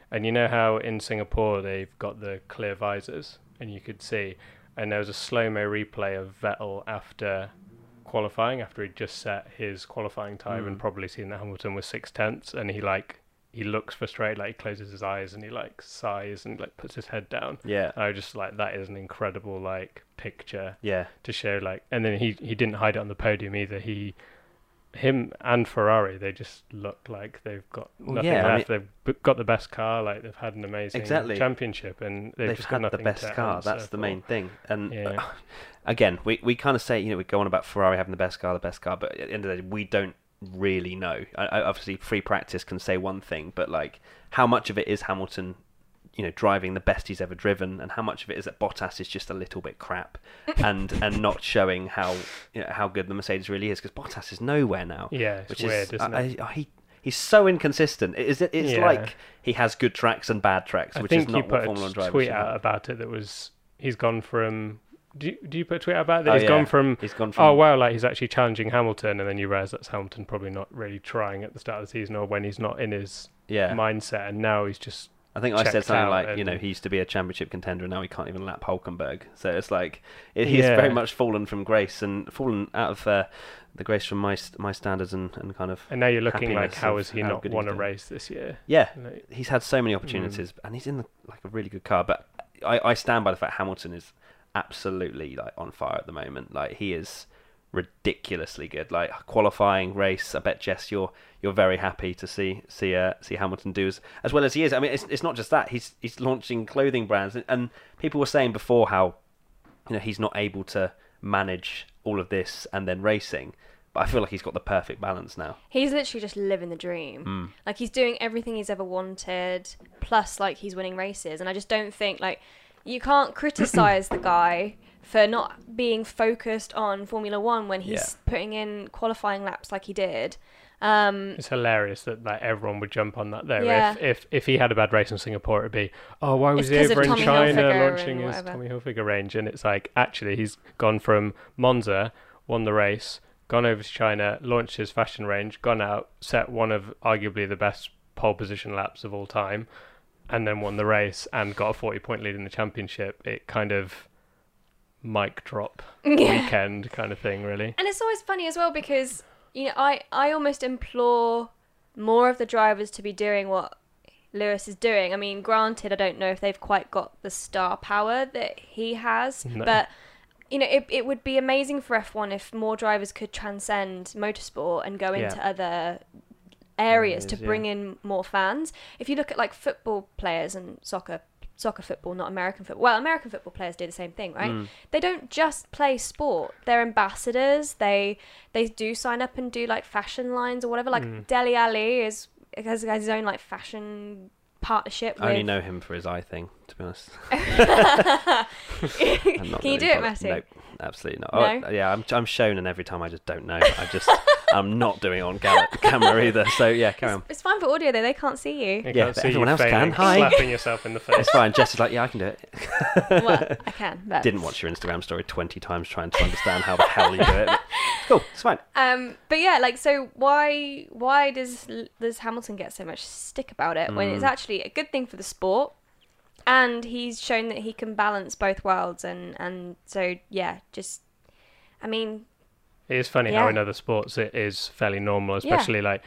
[SPEAKER 2] and you know how in Singapore they've got the clear visors, and you could see, and there was a slow mo replay of Vettel after
[SPEAKER 1] Hmm.
[SPEAKER 2] qualifying after he'd just set his qualifying time and probably seen that Hamilton was six tenths and he like he looks frustrated, like he closes his eyes and he like sighs and like puts his head down.
[SPEAKER 1] Yeah.
[SPEAKER 2] And I was just like that is an incredible like picture
[SPEAKER 1] Yeah.
[SPEAKER 2] to show like and then he he didn't hide it on the podium either. He him and Ferrari they just look like they've got
[SPEAKER 1] Well,
[SPEAKER 2] nothing
[SPEAKER 1] yeah, I
[SPEAKER 2] left. they've b- got the best car, like they've had an amazing
[SPEAKER 1] Exactly.
[SPEAKER 2] championship and they've,
[SPEAKER 1] They've
[SPEAKER 2] just
[SPEAKER 1] had
[SPEAKER 2] got
[SPEAKER 1] the
[SPEAKER 2] nothing
[SPEAKER 1] best
[SPEAKER 2] to
[SPEAKER 1] car.
[SPEAKER 2] answer
[SPEAKER 1] That's the
[SPEAKER 2] for.
[SPEAKER 1] main thing. And
[SPEAKER 2] Yeah.
[SPEAKER 1] uh, again, we, we kind of say, you know, we go on about Ferrari having the best car, the best car, but at the end of the day, we don't really know. I, I, obviously, free practice can say one thing, but like how much of it is Hamilton, you know, driving the best he's ever driven, and how much of it is that Bottas is just a little bit crap, and and not showing how you know, how good the Mercedes really is because Bottas is nowhere now.
[SPEAKER 2] Yeah, it's
[SPEAKER 1] which
[SPEAKER 2] weird,
[SPEAKER 1] is
[SPEAKER 2] isn't
[SPEAKER 1] I-
[SPEAKER 2] it?
[SPEAKER 1] I- he. He's so inconsistent. It is it's
[SPEAKER 2] Yeah.
[SPEAKER 1] like he has good tracks and bad tracks,
[SPEAKER 2] I
[SPEAKER 1] which
[SPEAKER 2] think
[SPEAKER 1] is
[SPEAKER 2] you
[SPEAKER 1] not
[SPEAKER 2] put
[SPEAKER 1] what
[SPEAKER 2] a
[SPEAKER 1] Formula One drivers
[SPEAKER 2] tweet
[SPEAKER 1] should
[SPEAKER 2] out
[SPEAKER 1] have.
[SPEAKER 2] about it that was he's gone from. Do you, do you put a tweet out about that?
[SPEAKER 1] Oh,
[SPEAKER 2] He's gone
[SPEAKER 1] yeah.
[SPEAKER 2] from.
[SPEAKER 1] He's gone
[SPEAKER 2] Oh
[SPEAKER 1] from-
[SPEAKER 2] wow, like he's actually challenging Hamilton, and then you realise that's Hamilton probably not really trying at the start of the season or when he's not in his
[SPEAKER 1] Yeah.
[SPEAKER 2] mindset, and now he's just.
[SPEAKER 1] I think I said
[SPEAKER 2] checked
[SPEAKER 1] something
[SPEAKER 2] out
[SPEAKER 1] like, you know,
[SPEAKER 2] and-
[SPEAKER 1] he used to be a championship contender and now he can't even lap Hulkenberg. So it's like it, he's
[SPEAKER 2] Yeah.
[SPEAKER 1] very much fallen from grace and fallen out of uh, the grace from my st- my standards and, and kind of.
[SPEAKER 2] And now you're looking like,
[SPEAKER 1] happiness
[SPEAKER 2] how
[SPEAKER 1] of
[SPEAKER 2] has he
[SPEAKER 1] how
[SPEAKER 2] not
[SPEAKER 1] good he's
[SPEAKER 2] won a
[SPEAKER 1] doing.
[SPEAKER 2] race this year?
[SPEAKER 1] Yeah,
[SPEAKER 2] Like-
[SPEAKER 1] he's had so many opportunities and he's in the, like a really good car. But I, I stand by the fact Hamilton is absolutely like on fire at the moment. Like he is ridiculously good. Like qualifying race, I bet Jess, you're you're very happy to see see uh, see Hamilton do as, as well as he is. I mean, it's it's not just that he's he's launching clothing brands and, and people were saying before how you know he's not able to manage all of this and then racing. But I feel like he's got the perfect balance now.
[SPEAKER 3] He's literally just living the dream. Like he's doing everything he's ever wanted, plus like he's winning races. And I just don't think like you can't criticize the guy for not being focused on Formula One when he's putting in qualifying laps like he did. Um,
[SPEAKER 2] It's hilarious that like everyone would jump on that though.
[SPEAKER 3] Yeah.
[SPEAKER 2] If, if if he had a bad race in Singapore, it'd be oh why was
[SPEAKER 3] It's
[SPEAKER 2] he
[SPEAKER 3] 'cause of
[SPEAKER 2] over in
[SPEAKER 3] Tommy
[SPEAKER 2] China
[SPEAKER 3] Hilfiger
[SPEAKER 2] launching
[SPEAKER 3] and
[SPEAKER 2] his
[SPEAKER 3] whatever.
[SPEAKER 2] Tommy Hilfiger range? And it's like actually he's gone from Monza, won the race, gone over to China, launched his fashion range, gone out, set one of arguably the best pole position laps of all time, and then won the race and got a forty point lead in the championship. It kind of mic drop weekend kind of thing, really.
[SPEAKER 3] and it's always funny as well because you know I I almost implore more of the drivers to be doing what Lewis is doing. I mean, granted, I don't know if they've quite got the star power that he has,
[SPEAKER 2] No.
[SPEAKER 3] but you know, it, it would be amazing for F1 if more drivers could transcend motorsport and go
[SPEAKER 1] Yeah.
[SPEAKER 3] into other areas to
[SPEAKER 1] Areas, yeah.
[SPEAKER 3] bring in more fans. If you look at like football players and soccer soccer football, not American football. Well, American football players do the same thing, right?
[SPEAKER 1] Mm.
[SPEAKER 3] They don't just play sport. They're ambassadors. They they do sign up and do like fashion lines or whatever. Like
[SPEAKER 1] Mm.
[SPEAKER 3] Deli Ali is has, has his own like fashion partnership
[SPEAKER 1] I only
[SPEAKER 3] with
[SPEAKER 1] know him for his eye thing, to be honest. I'm not
[SPEAKER 3] Can you
[SPEAKER 1] really
[SPEAKER 3] do
[SPEAKER 1] bothered.
[SPEAKER 3] it, Matty?
[SPEAKER 1] Nope, absolutely not.
[SPEAKER 3] No?
[SPEAKER 1] Oh, yeah, I'm, I'm shown, and every time I just don't know. I just I'm not doing it on gal- camera either. So yeah, carry on.
[SPEAKER 3] It's fine for audio though. They can't see you.
[SPEAKER 2] You
[SPEAKER 1] Yeah, but
[SPEAKER 2] can't see you
[SPEAKER 1] everyone else can.
[SPEAKER 2] failing,
[SPEAKER 1] Hi.
[SPEAKER 2] slapping yourself in the face.
[SPEAKER 1] It's fine. Jess is like, yeah, I can do it.
[SPEAKER 3] well, I can. But
[SPEAKER 1] Didn't watch your Instagram story 20 times trying to understand how the hell you do it. but Cool, it's fine.
[SPEAKER 3] Um, but yeah, like so, why why does does Hamilton get so much stick about it when it's
[SPEAKER 1] Mm.
[SPEAKER 3] actually a good thing for the sport, and he's shown that he can balance both worlds, and and so yeah, just I mean,
[SPEAKER 2] It is funny how
[SPEAKER 3] Yeah.
[SPEAKER 2] in other sports it is fairly normal,
[SPEAKER 3] Yeah.
[SPEAKER 2] especially like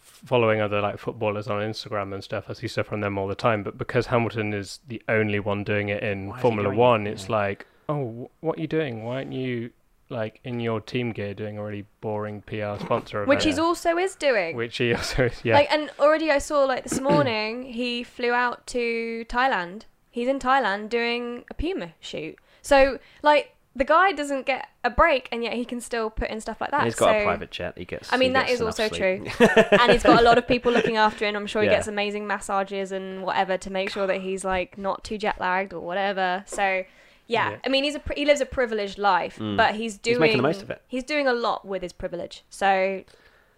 [SPEAKER 2] following other like footballers on Instagram and stuff. I see stuff from them all the time, but because Hamilton is the only one doing it in
[SPEAKER 1] is he
[SPEAKER 2] Formula
[SPEAKER 1] doing it?
[SPEAKER 2] One, it's like, oh, wh- what are you doing? Why aren't you like in your team gear doing a really boring PR sponsor?
[SPEAKER 3] which
[SPEAKER 2] event?
[SPEAKER 3] he's also is doing.
[SPEAKER 2] which he also is, yeah.
[SPEAKER 3] Like, and already I saw like this morning he flew out to Thailand. He's in Thailand doing a Puma shoot. So like the guy doesn't get a break, and yet he can still put in stuff like that.
[SPEAKER 1] And he's got
[SPEAKER 3] Uh, So-
[SPEAKER 1] a private jet. He gets.
[SPEAKER 3] I mean,
[SPEAKER 1] he
[SPEAKER 3] that
[SPEAKER 1] gets
[SPEAKER 3] is
[SPEAKER 1] enough
[SPEAKER 3] also
[SPEAKER 1] sleep.
[SPEAKER 3] true. and he's got a lot of people looking after him. I'm sure he
[SPEAKER 1] Yeah.
[SPEAKER 3] gets amazing massages and whatever to make sure that he's like not too jet lagged or whatever. So, yeah,
[SPEAKER 2] Yeah.
[SPEAKER 3] I mean, he's a pri- he lives a privileged life, but he's doing
[SPEAKER 1] Mm. He's making the most of it.
[SPEAKER 3] He's doing a lot with his privilege. So,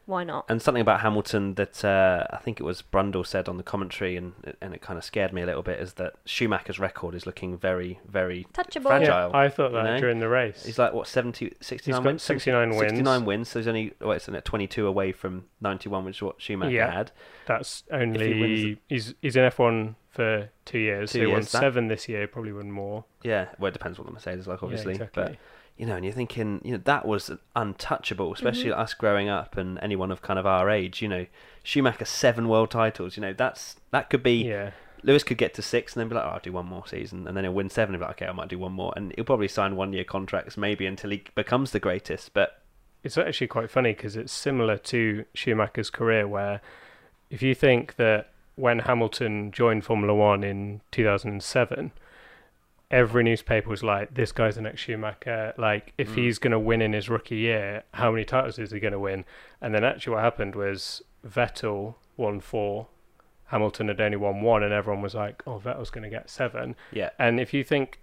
[SPEAKER 3] why not?
[SPEAKER 1] and something about Hamilton that uh, I think it was Brundle said on the commentary, and and it kind of scared me a little bit, is that Schumacher's record is looking very, very
[SPEAKER 3] Touchable.
[SPEAKER 2] Yeah,
[SPEAKER 1] fragile.
[SPEAKER 2] I thought that
[SPEAKER 1] you know?
[SPEAKER 2] during the race.
[SPEAKER 1] He's like what 70, 69
[SPEAKER 2] got
[SPEAKER 1] wins?
[SPEAKER 2] 69 wins.
[SPEAKER 1] 69 wins. So he's only oh, well, it's only at twenty two away from ninety one, which is what Schumacher
[SPEAKER 2] Yeah.
[SPEAKER 1] had.
[SPEAKER 2] That's
[SPEAKER 1] wins
[SPEAKER 2] only
[SPEAKER 1] the-
[SPEAKER 2] he's he's in F one for two years.
[SPEAKER 1] Two
[SPEAKER 2] so he won
[SPEAKER 1] years, that-
[SPEAKER 2] seven this year, probably won more.
[SPEAKER 1] Yeah, well, it depends what the Mercedes is like, obviously.
[SPEAKER 2] exactly.
[SPEAKER 1] But you know, and you're thinking, you know, that was untouchable, especially us growing up and anyone of kind of our age. You know, Schumacher seven world titles. You know, that's that could be
[SPEAKER 2] Yeah.
[SPEAKER 1] Lewis could get to six and then be like, oh, I'll do one more season, and then he'll win seven. And be like, okay, I might do one more, and he'll probably sign one year contracts maybe until he becomes the greatest. But
[SPEAKER 2] It's actually quite funny because it's similar to Schumacher's career, where if you think that when Hamilton joined Formula One in 2007, every newspaper was like, this guy's the next Schumacher. Like, if he's going to win in his rookie year, how many titles is he going to win? And then actually, what happened was Vettel won four. Hamilton had only won one, and everyone was like, "Oh, Vettel's going to get seven.
[SPEAKER 1] yeah,
[SPEAKER 2] And if you think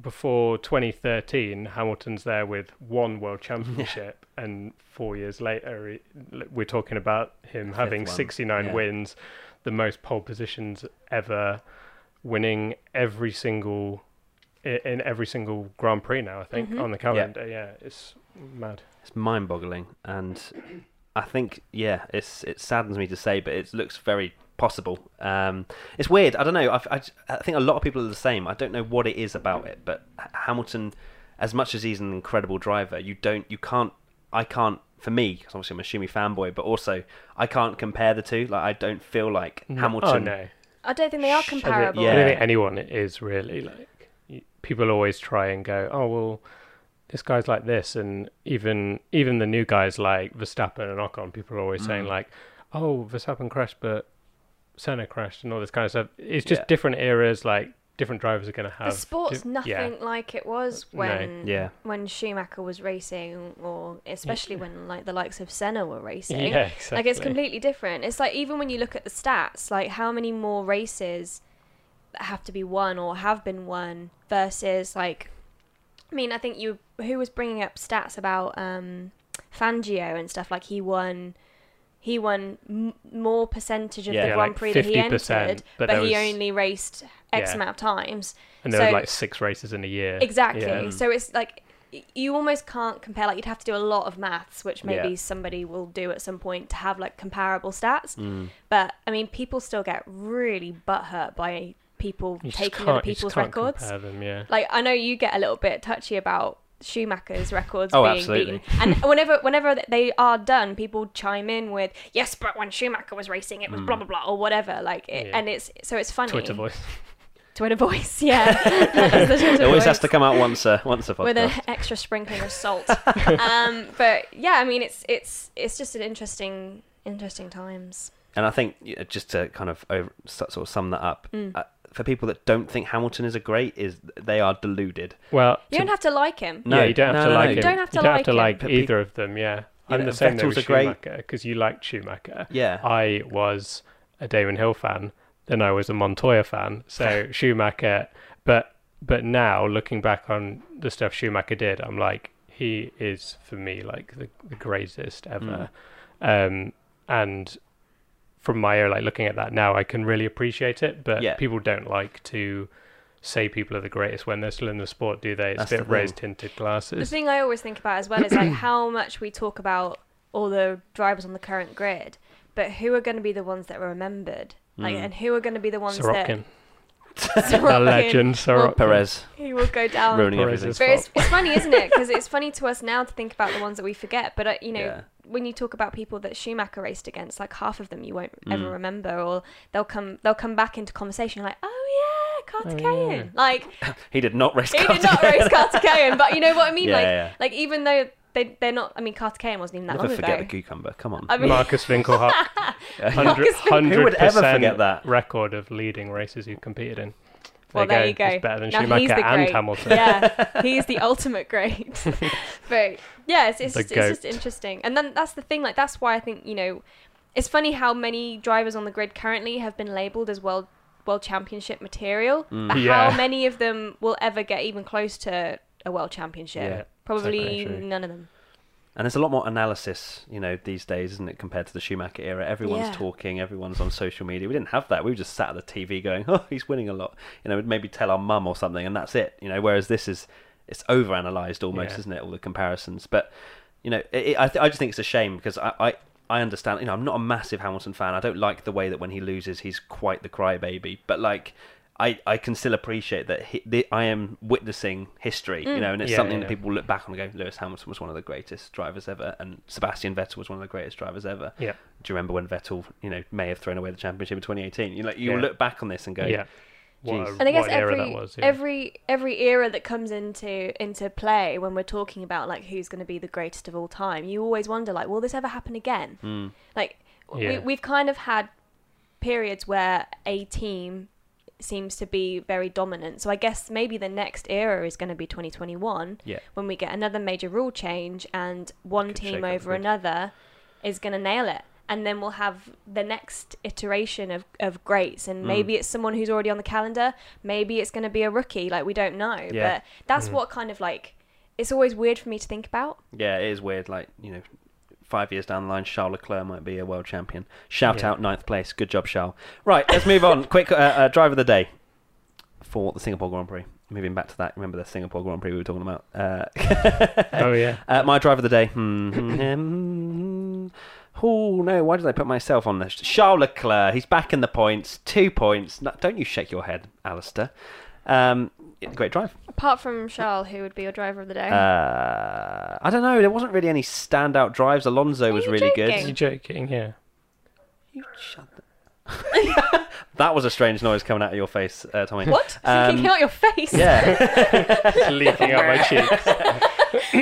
[SPEAKER 2] before 2013, Hamilton's there with one world championship, and four years later, he- l- we're talking about him having
[SPEAKER 1] one,
[SPEAKER 2] 69
[SPEAKER 1] yeah.
[SPEAKER 2] wins, the most pole positions ever, winning every single i- in every single Grand Prix now. I think
[SPEAKER 1] Mm-hmm.
[SPEAKER 2] on the calendar, yeah, it's mad.
[SPEAKER 1] It's mind-boggling, and I think yeah, it's it saddens me to say, but it looks very possible. Um, it's weird. I don't know. I've, I j- I think a lot of people are the same. I don't know what it is about it, but H- Hamilton, as much as he's an incredible driver, you don't, you can't, I can't. For me, 'cause obviously I'm a Shumi fanboy, but also I can't compare the two. Like I don't feel like Hamilton.
[SPEAKER 2] Oh no,
[SPEAKER 3] I don't think they are comparable.
[SPEAKER 2] I
[SPEAKER 1] yeah.
[SPEAKER 2] don't think anyone is really like. y- People always try and go, oh well, this guy's like this, and even even the new guys like Verstappen and Ocon, people are always saying
[SPEAKER 1] Mm.
[SPEAKER 2] like, oh Verstappen crashed, but Senna crashed, and all this kind of stuff. It's just
[SPEAKER 1] Yeah.
[SPEAKER 2] different eras, like different drivers are going to have.
[SPEAKER 3] The sport's
[SPEAKER 2] di-
[SPEAKER 3] nothing
[SPEAKER 2] Yeah.
[SPEAKER 3] like it was when
[SPEAKER 1] Yeah.
[SPEAKER 3] when Schumacher was racing, or especially when like the likes of Senna were racing.
[SPEAKER 2] Yeah,
[SPEAKER 3] Like it's
[SPEAKER 2] exactly.
[SPEAKER 3] completely different. It's like even when you look at the stats, like how many more races that have to be won or have been won versus like, I mean, I think you who was bringing up stats about um, Fangio and stuff like he won. He won m- more percentage of
[SPEAKER 1] Yeah.
[SPEAKER 3] the
[SPEAKER 1] Yeah,
[SPEAKER 3] Grand
[SPEAKER 2] like
[SPEAKER 3] Prix that he
[SPEAKER 2] 50%,
[SPEAKER 3] entered,
[SPEAKER 2] but
[SPEAKER 3] but,
[SPEAKER 2] there
[SPEAKER 3] he
[SPEAKER 2] was-
[SPEAKER 3] only raced X
[SPEAKER 2] Yeah.
[SPEAKER 3] amount of times.
[SPEAKER 2] And there were
[SPEAKER 3] So-
[SPEAKER 2] like six races in a year.
[SPEAKER 3] Exactly.
[SPEAKER 2] Yeah.
[SPEAKER 3] So it's like y- you almost can't compare. Like you'd have to do a lot of maths, which maybe
[SPEAKER 1] Yeah.
[SPEAKER 3] somebody will do at some point to have like comparable stats.
[SPEAKER 2] Mm.
[SPEAKER 3] But I mean, people still get really butthurt by people
[SPEAKER 2] You just
[SPEAKER 3] taking other
[SPEAKER 2] can't- you just
[SPEAKER 3] people's
[SPEAKER 2] can't
[SPEAKER 3] records.
[SPEAKER 2] compare them, yeah.
[SPEAKER 3] Like I know you get a little bit touchy about Schumacher's records
[SPEAKER 1] Oh,
[SPEAKER 3] being
[SPEAKER 1] absolutely.
[SPEAKER 3] beaten. And whenever whenever they are done, people chime in with yes, but when Schumacher was racing, it was blah blah blah or whatever. Like it,
[SPEAKER 2] Mm. Yeah.
[SPEAKER 3] and it's so it's funny.
[SPEAKER 2] Twitter voice.
[SPEAKER 3] Twitter voice. Yeah. That's the
[SPEAKER 1] It
[SPEAKER 3] Twitter
[SPEAKER 1] always has
[SPEAKER 3] voice
[SPEAKER 1] to come out once a once a
[SPEAKER 3] with
[SPEAKER 1] podcast.
[SPEAKER 3] an extra sprinkling of salt. um, but yeah, I mean, it's it's it's just an interesting interesting times.
[SPEAKER 1] And I think you know, just to kind of over, so- sort of sum that up,
[SPEAKER 3] Mm.
[SPEAKER 1] uh, for people that don't think Hamilton is a great, is they are deluded.
[SPEAKER 2] Well,
[SPEAKER 3] You don't have to like him.
[SPEAKER 1] No,
[SPEAKER 2] yeah, you don't
[SPEAKER 1] no,
[SPEAKER 2] have to
[SPEAKER 1] no,
[SPEAKER 2] like
[SPEAKER 1] no.
[SPEAKER 2] him.
[SPEAKER 3] You don't have to
[SPEAKER 2] you don't
[SPEAKER 3] like
[SPEAKER 2] have to
[SPEAKER 3] him.
[SPEAKER 2] like
[SPEAKER 1] But
[SPEAKER 2] either of them. Yeah, I'm
[SPEAKER 1] know,
[SPEAKER 2] the same though
[SPEAKER 1] Vettel's
[SPEAKER 2] with
[SPEAKER 1] a great-
[SPEAKER 2] Schumacher because you liked Schumacher.
[SPEAKER 1] Yeah.
[SPEAKER 2] I was a Damon Hill fan, then I was a Montoya fan. So Schumacher, but but now looking back on the stuff Schumacher did, I'm like he is for me like the, the greatest ever.
[SPEAKER 1] Hmm.
[SPEAKER 2] Um, and from my own like looking at that now, I can really appreciate it. But
[SPEAKER 1] Yeah.
[SPEAKER 2] people don't like to. Say people are the greatest when they're still in the sport, do they? It's
[SPEAKER 1] That's
[SPEAKER 2] a
[SPEAKER 1] the
[SPEAKER 2] bit
[SPEAKER 1] thing.
[SPEAKER 2] raised tinted
[SPEAKER 3] The
[SPEAKER 2] glasses.
[SPEAKER 3] thing I always think about as well is like how much we talk about all the drivers on the current grid, but who are going to be the ones that are remembered? Like, and who are going to be the ones
[SPEAKER 2] Mm. Sorokin,
[SPEAKER 3] that
[SPEAKER 2] the
[SPEAKER 3] Sorokin
[SPEAKER 2] legend
[SPEAKER 3] will-
[SPEAKER 2] Sorokin.
[SPEAKER 1] Perez
[SPEAKER 3] He will go down.
[SPEAKER 1] ruining
[SPEAKER 2] Perez
[SPEAKER 1] everything.
[SPEAKER 2] is-
[SPEAKER 3] But it's, it's funny, isn't it? Because it's funny to us now to think about the ones that we forget. But uh, you know,
[SPEAKER 1] Yeah.
[SPEAKER 3] when you talk about people that Schumacher raced against, like half of them you won't
[SPEAKER 1] Mm.
[SPEAKER 3] ever remember, or they'll come they'll come back into conversation like, oh yeah, Carter
[SPEAKER 2] Oh, yeah."
[SPEAKER 3] Kayan. Like
[SPEAKER 1] He did not race.
[SPEAKER 3] he did not race Carter Kayan, but you know what I mean.
[SPEAKER 1] Yeah,
[SPEAKER 3] like
[SPEAKER 1] yeah.
[SPEAKER 3] like even though they they're not, I mean Carter Kayan wasn't even that
[SPEAKER 1] Never
[SPEAKER 3] long
[SPEAKER 1] forget the
[SPEAKER 3] ago.
[SPEAKER 1] cucumber. Come on.
[SPEAKER 3] I mean,
[SPEAKER 2] Marcus Winkelhock.
[SPEAKER 3] Marcus Vinkel-
[SPEAKER 2] Who would ever forget
[SPEAKER 1] that?
[SPEAKER 2] that record of leading races you competed in?
[SPEAKER 3] well, there you go.
[SPEAKER 2] It's better than
[SPEAKER 3] Now he's
[SPEAKER 2] Schumacher
[SPEAKER 3] the
[SPEAKER 2] and
[SPEAKER 3] great.
[SPEAKER 2] Hamilton.
[SPEAKER 3] Yeah, he's the ultimate great. but yeah, it's, it's,
[SPEAKER 2] The
[SPEAKER 3] just, it's just
[SPEAKER 2] goat.
[SPEAKER 3] interesting. And then that's the thing. Like that's why I think you know, it's funny how many drivers on the grid currently have been labelled as world world championship material, but
[SPEAKER 2] Mm. Yeah.
[SPEAKER 3] how many of them will ever get even close to a world championship?
[SPEAKER 1] Yeah,
[SPEAKER 3] Probably
[SPEAKER 1] exactly true.
[SPEAKER 3] none of them.
[SPEAKER 1] And there's a lot more analysis, you know, these days, isn't it, compared to the Schumacher era? Everyone's
[SPEAKER 3] Yeah.
[SPEAKER 1] talking, everyone's on social media. We didn't have that. We just sat at the TV going, "Oh, he's winning a lot," you know, we'd maybe tell our mum or something, and that's it, you know. Whereas this is, it's overanalyzed almost,
[SPEAKER 2] Yeah.
[SPEAKER 1] isn't it? All the comparisons, but you know, it, it, I, th- I just think it's a shame because I, I, I understand. You know, I'm not a massive Hamilton fan. I don't like the way that when he loses, he's quite the crybaby. But like, I, I can still appreciate that hi the, I am witnessing history, you know, and it's
[SPEAKER 2] Yeah,
[SPEAKER 1] something
[SPEAKER 2] yeah,
[SPEAKER 1] that
[SPEAKER 2] yeah.
[SPEAKER 1] people look back on and go, Lewis Hamilton was one of the greatest drivers ever, and Sebastian Vettel was one of the greatest drivers ever.
[SPEAKER 2] Yeah.
[SPEAKER 1] Do you remember when Vettel, you know, may have thrown away the championship in 2018? You like, you
[SPEAKER 2] Yeah.
[SPEAKER 1] look back on this and go,
[SPEAKER 2] Yeah.
[SPEAKER 1] Jeez.
[SPEAKER 2] What, a,
[SPEAKER 3] and I guess
[SPEAKER 2] what an
[SPEAKER 3] every
[SPEAKER 2] era that was. Yeah.
[SPEAKER 3] every every era that comes into into play when we're talking about like who's going to be the greatest of all time, you always wonder like, will this ever happen again? Like w we,
[SPEAKER 2] Hmm. Yeah.
[SPEAKER 3] we've kind of had periods where a team seems to be very dominant. So I guess maybe the next era is going to be 2021
[SPEAKER 1] Yeah.
[SPEAKER 3] when we get another major rule change and one
[SPEAKER 1] Could shake
[SPEAKER 3] team
[SPEAKER 1] up the
[SPEAKER 3] over
[SPEAKER 1] grid.
[SPEAKER 3] another is going to nail it. And then we'll have the next iteration of, of greats.
[SPEAKER 1] Mm.
[SPEAKER 3] And maybe it's someone who's already on the calendar. Maybe it's going to be a rookie. Like, we don't know.
[SPEAKER 1] Yeah. Mm.
[SPEAKER 3] But that's what kind of like, it's always weird for me to think about.
[SPEAKER 1] Yeah, it is weird. Like you know, five years down the line, Charles Leclerc might be a world champion. Shout
[SPEAKER 2] Yeah.
[SPEAKER 1] out ninth place. Good job, Charles. Right, let's move on. Quick uh, uh, drive of the day for the Singapore Grand Prix. Moving back to that, remember the Singapore Grand Prix we were talking about? Uh,
[SPEAKER 2] oh yeah.
[SPEAKER 1] uh, my drive of the day. Hmm. hmm, hmm. Oh no! Why did I put myself on this? Charles Leclerc. He's back in the points. Two points. No, don't you shake your head, Alistair. Um, great drive.
[SPEAKER 3] Apart from Charles, who would be your driver of the day?
[SPEAKER 1] Uh, I don't know. There wasn't really any standout drives. Alonso was
[SPEAKER 3] you
[SPEAKER 1] really
[SPEAKER 3] joking?
[SPEAKER 2] You're
[SPEAKER 1] good.
[SPEAKER 2] joking, yeah.
[SPEAKER 1] You shut the- that was a strange noise coming out of your face, uh, Tommy.
[SPEAKER 3] what?
[SPEAKER 1] Um,
[SPEAKER 3] Kicking out your face?
[SPEAKER 1] yeah.
[SPEAKER 2] It's leaking out my cheeks.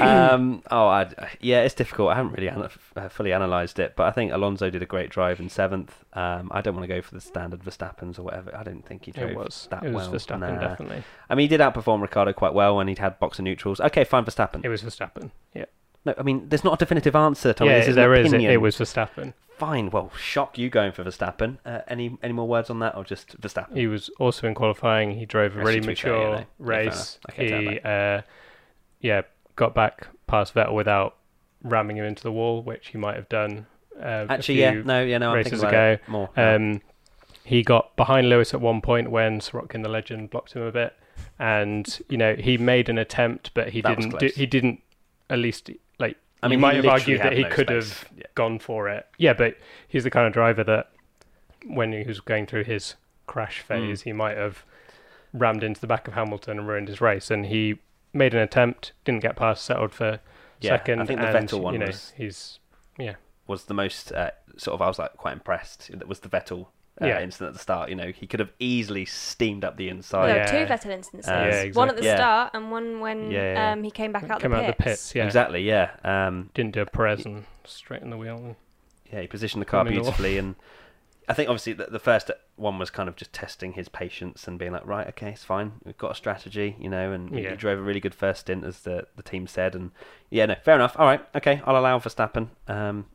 [SPEAKER 1] um, oh, i yeah. It's difficult. I haven't really ana- uh, fully analysed it, but I think Alonso did a great drive in seventh. Um, I don't want to go for the standard Verstappen's or whatever. I don't think he drove
[SPEAKER 2] It was.
[SPEAKER 1] that
[SPEAKER 2] it was
[SPEAKER 1] well.
[SPEAKER 2] Verstappen,
[SPEAKER 1] Nah.
[SPEAKER 2] definitely.
[SPEAKER 1] I mean, he did outperform Ricardo quite well, and he'd had boxer neutrals. Okay, fine, Verstappen.
[SPEAKER 2] It was Verstappen. Yeah.
[SPEAKER 1] No, I mean, there's not a definitive answer, Tommy.
[SPEAKER 2] yeah,
[SPEAKER 1] this is an
[SPEAKER 2] there is. It,
[SPEAKER 1] opinion.
[SPEAKER 2] it was Verstappen.
[SPEAKER 1] Fine. Well, shock you going for Verstappen. Uh, any any more words on that, or just Verstappen?
[SPEAKER 2] He was also in qualifying. He drove a
[SPEAKER 1] Actually,
[SPEAKER 2] really
[SPEAKER 1] to be fair, yeah, no.
[SPEAKER 2] mature
[SPEAKER 1] Yeah, fair
[SPEAKER 2] race.
[SPEAKER 1] enough. Okay, take
[SPEAKER 2] he, uh, yeah, got back past Vettel without ramming him into the wall, which he might have done. Uh, a
[SPEAKER 1] Actually,
[SPEAKER 2] few
[SPEAKER 1] yeah. No, yeah, no. I'm
[SPEAKER 2] races
[SPEAKER 1] thinking about
[SPEAKER 2] ago.
[SPEAKER 1] it more. now.
[SPEAKER 2] Um, he got behind Lewis at one point when Sorokin the legend blocked him a bit, and you know he made an attempt, but he
[SPEAKER 1] That was
[SPEAKER 2] didn't. Do,
[SPEAKER 1] close.
[SPEAKER 2] he didn't. At least, like
[SPEAKER 1] I
[SPEAKER 2] I
[SPEAKER 1] mean,
[SPEAKER 2] mean,
[SPEAKER 1] he
[SPEAKER 2] you might have
[SPEAKER 1] literally
[SPEAKER 2] argued
[SPEAKER 1] had
[SPEAKER 2] that he
[SPEAKER 1] no
[SPEAKER 2] could
[SPEAKER 1] space.
[SPEAKER 2] have
[SPEAKER 1] Yeah.
[SPEAKER 2] gone for it. Yeah, but he's the kind of driver that when he was going through his crash
[SPEAKER 1] Hmm.
[SPEAKER 2] phase, he might have rammed into the back of Hamilton and ruined his race. And he made an attempt, didn't get past, settled for
[SPEAKER 1] Yeah, I
[SPEAKER 2] second.
[SPEAKER 1] think the
[SPEAKER 2] and,
[SPEAKER 1] Vettel one
[SPEAKER 2] you know,
[SPEAKER 1] was-
[SPEAKER 2] he's yeah.
[SPEAKER 1] was the most uh, sort of. I was like quite impressed. That was the Vettel uh,
[SPEAKER 2] Yeah.
[SPEAKER 1] incident at the start. You know, he could have easily steamed up the
[SPEAKER 3] No,
[SPEAKER 1] inside.
[SPEAKER 2] Yeah.
[SPEAKER 3] two Vettel instances.
[SPEAKER 1] Oh, Yeah, Uh,
[SPEAKER 3] One at the
[SPEAKER 1] exactly. Yeah.
[SPEAKER 3] start and one when
[SPEAKER 1] Yeah, yeah.
[SPEAKER 3] Um, he came back out,
[SPEAKER 2] Came
[SPEAKER 3] the,
[SPEAKER 2] out
[SPEAKER 3] pits.
[SPEAKER 2] of the pits. Yeah,
[SPEAKER 1] Exactly. Yeah. Um,
[SPEAKER 2] didn't do a Perez and straighten the wheel. And,
[SPEAKER 1] yeah. He positioned the car
[SPEAKER 2] Formula One.
[SPEAKER 1] beautifully, and I think obviously the, the first one was kind of just testing his patience and being like, right, okay, it's fine. We've got a strategy, you know. And
[SPEAKER 2] Yeah.
[SPEAKER 1] he drove a really good first stint, as the the team said. And yeah, no, fair enough. All right, okay, I'll allow Verstappen. Um,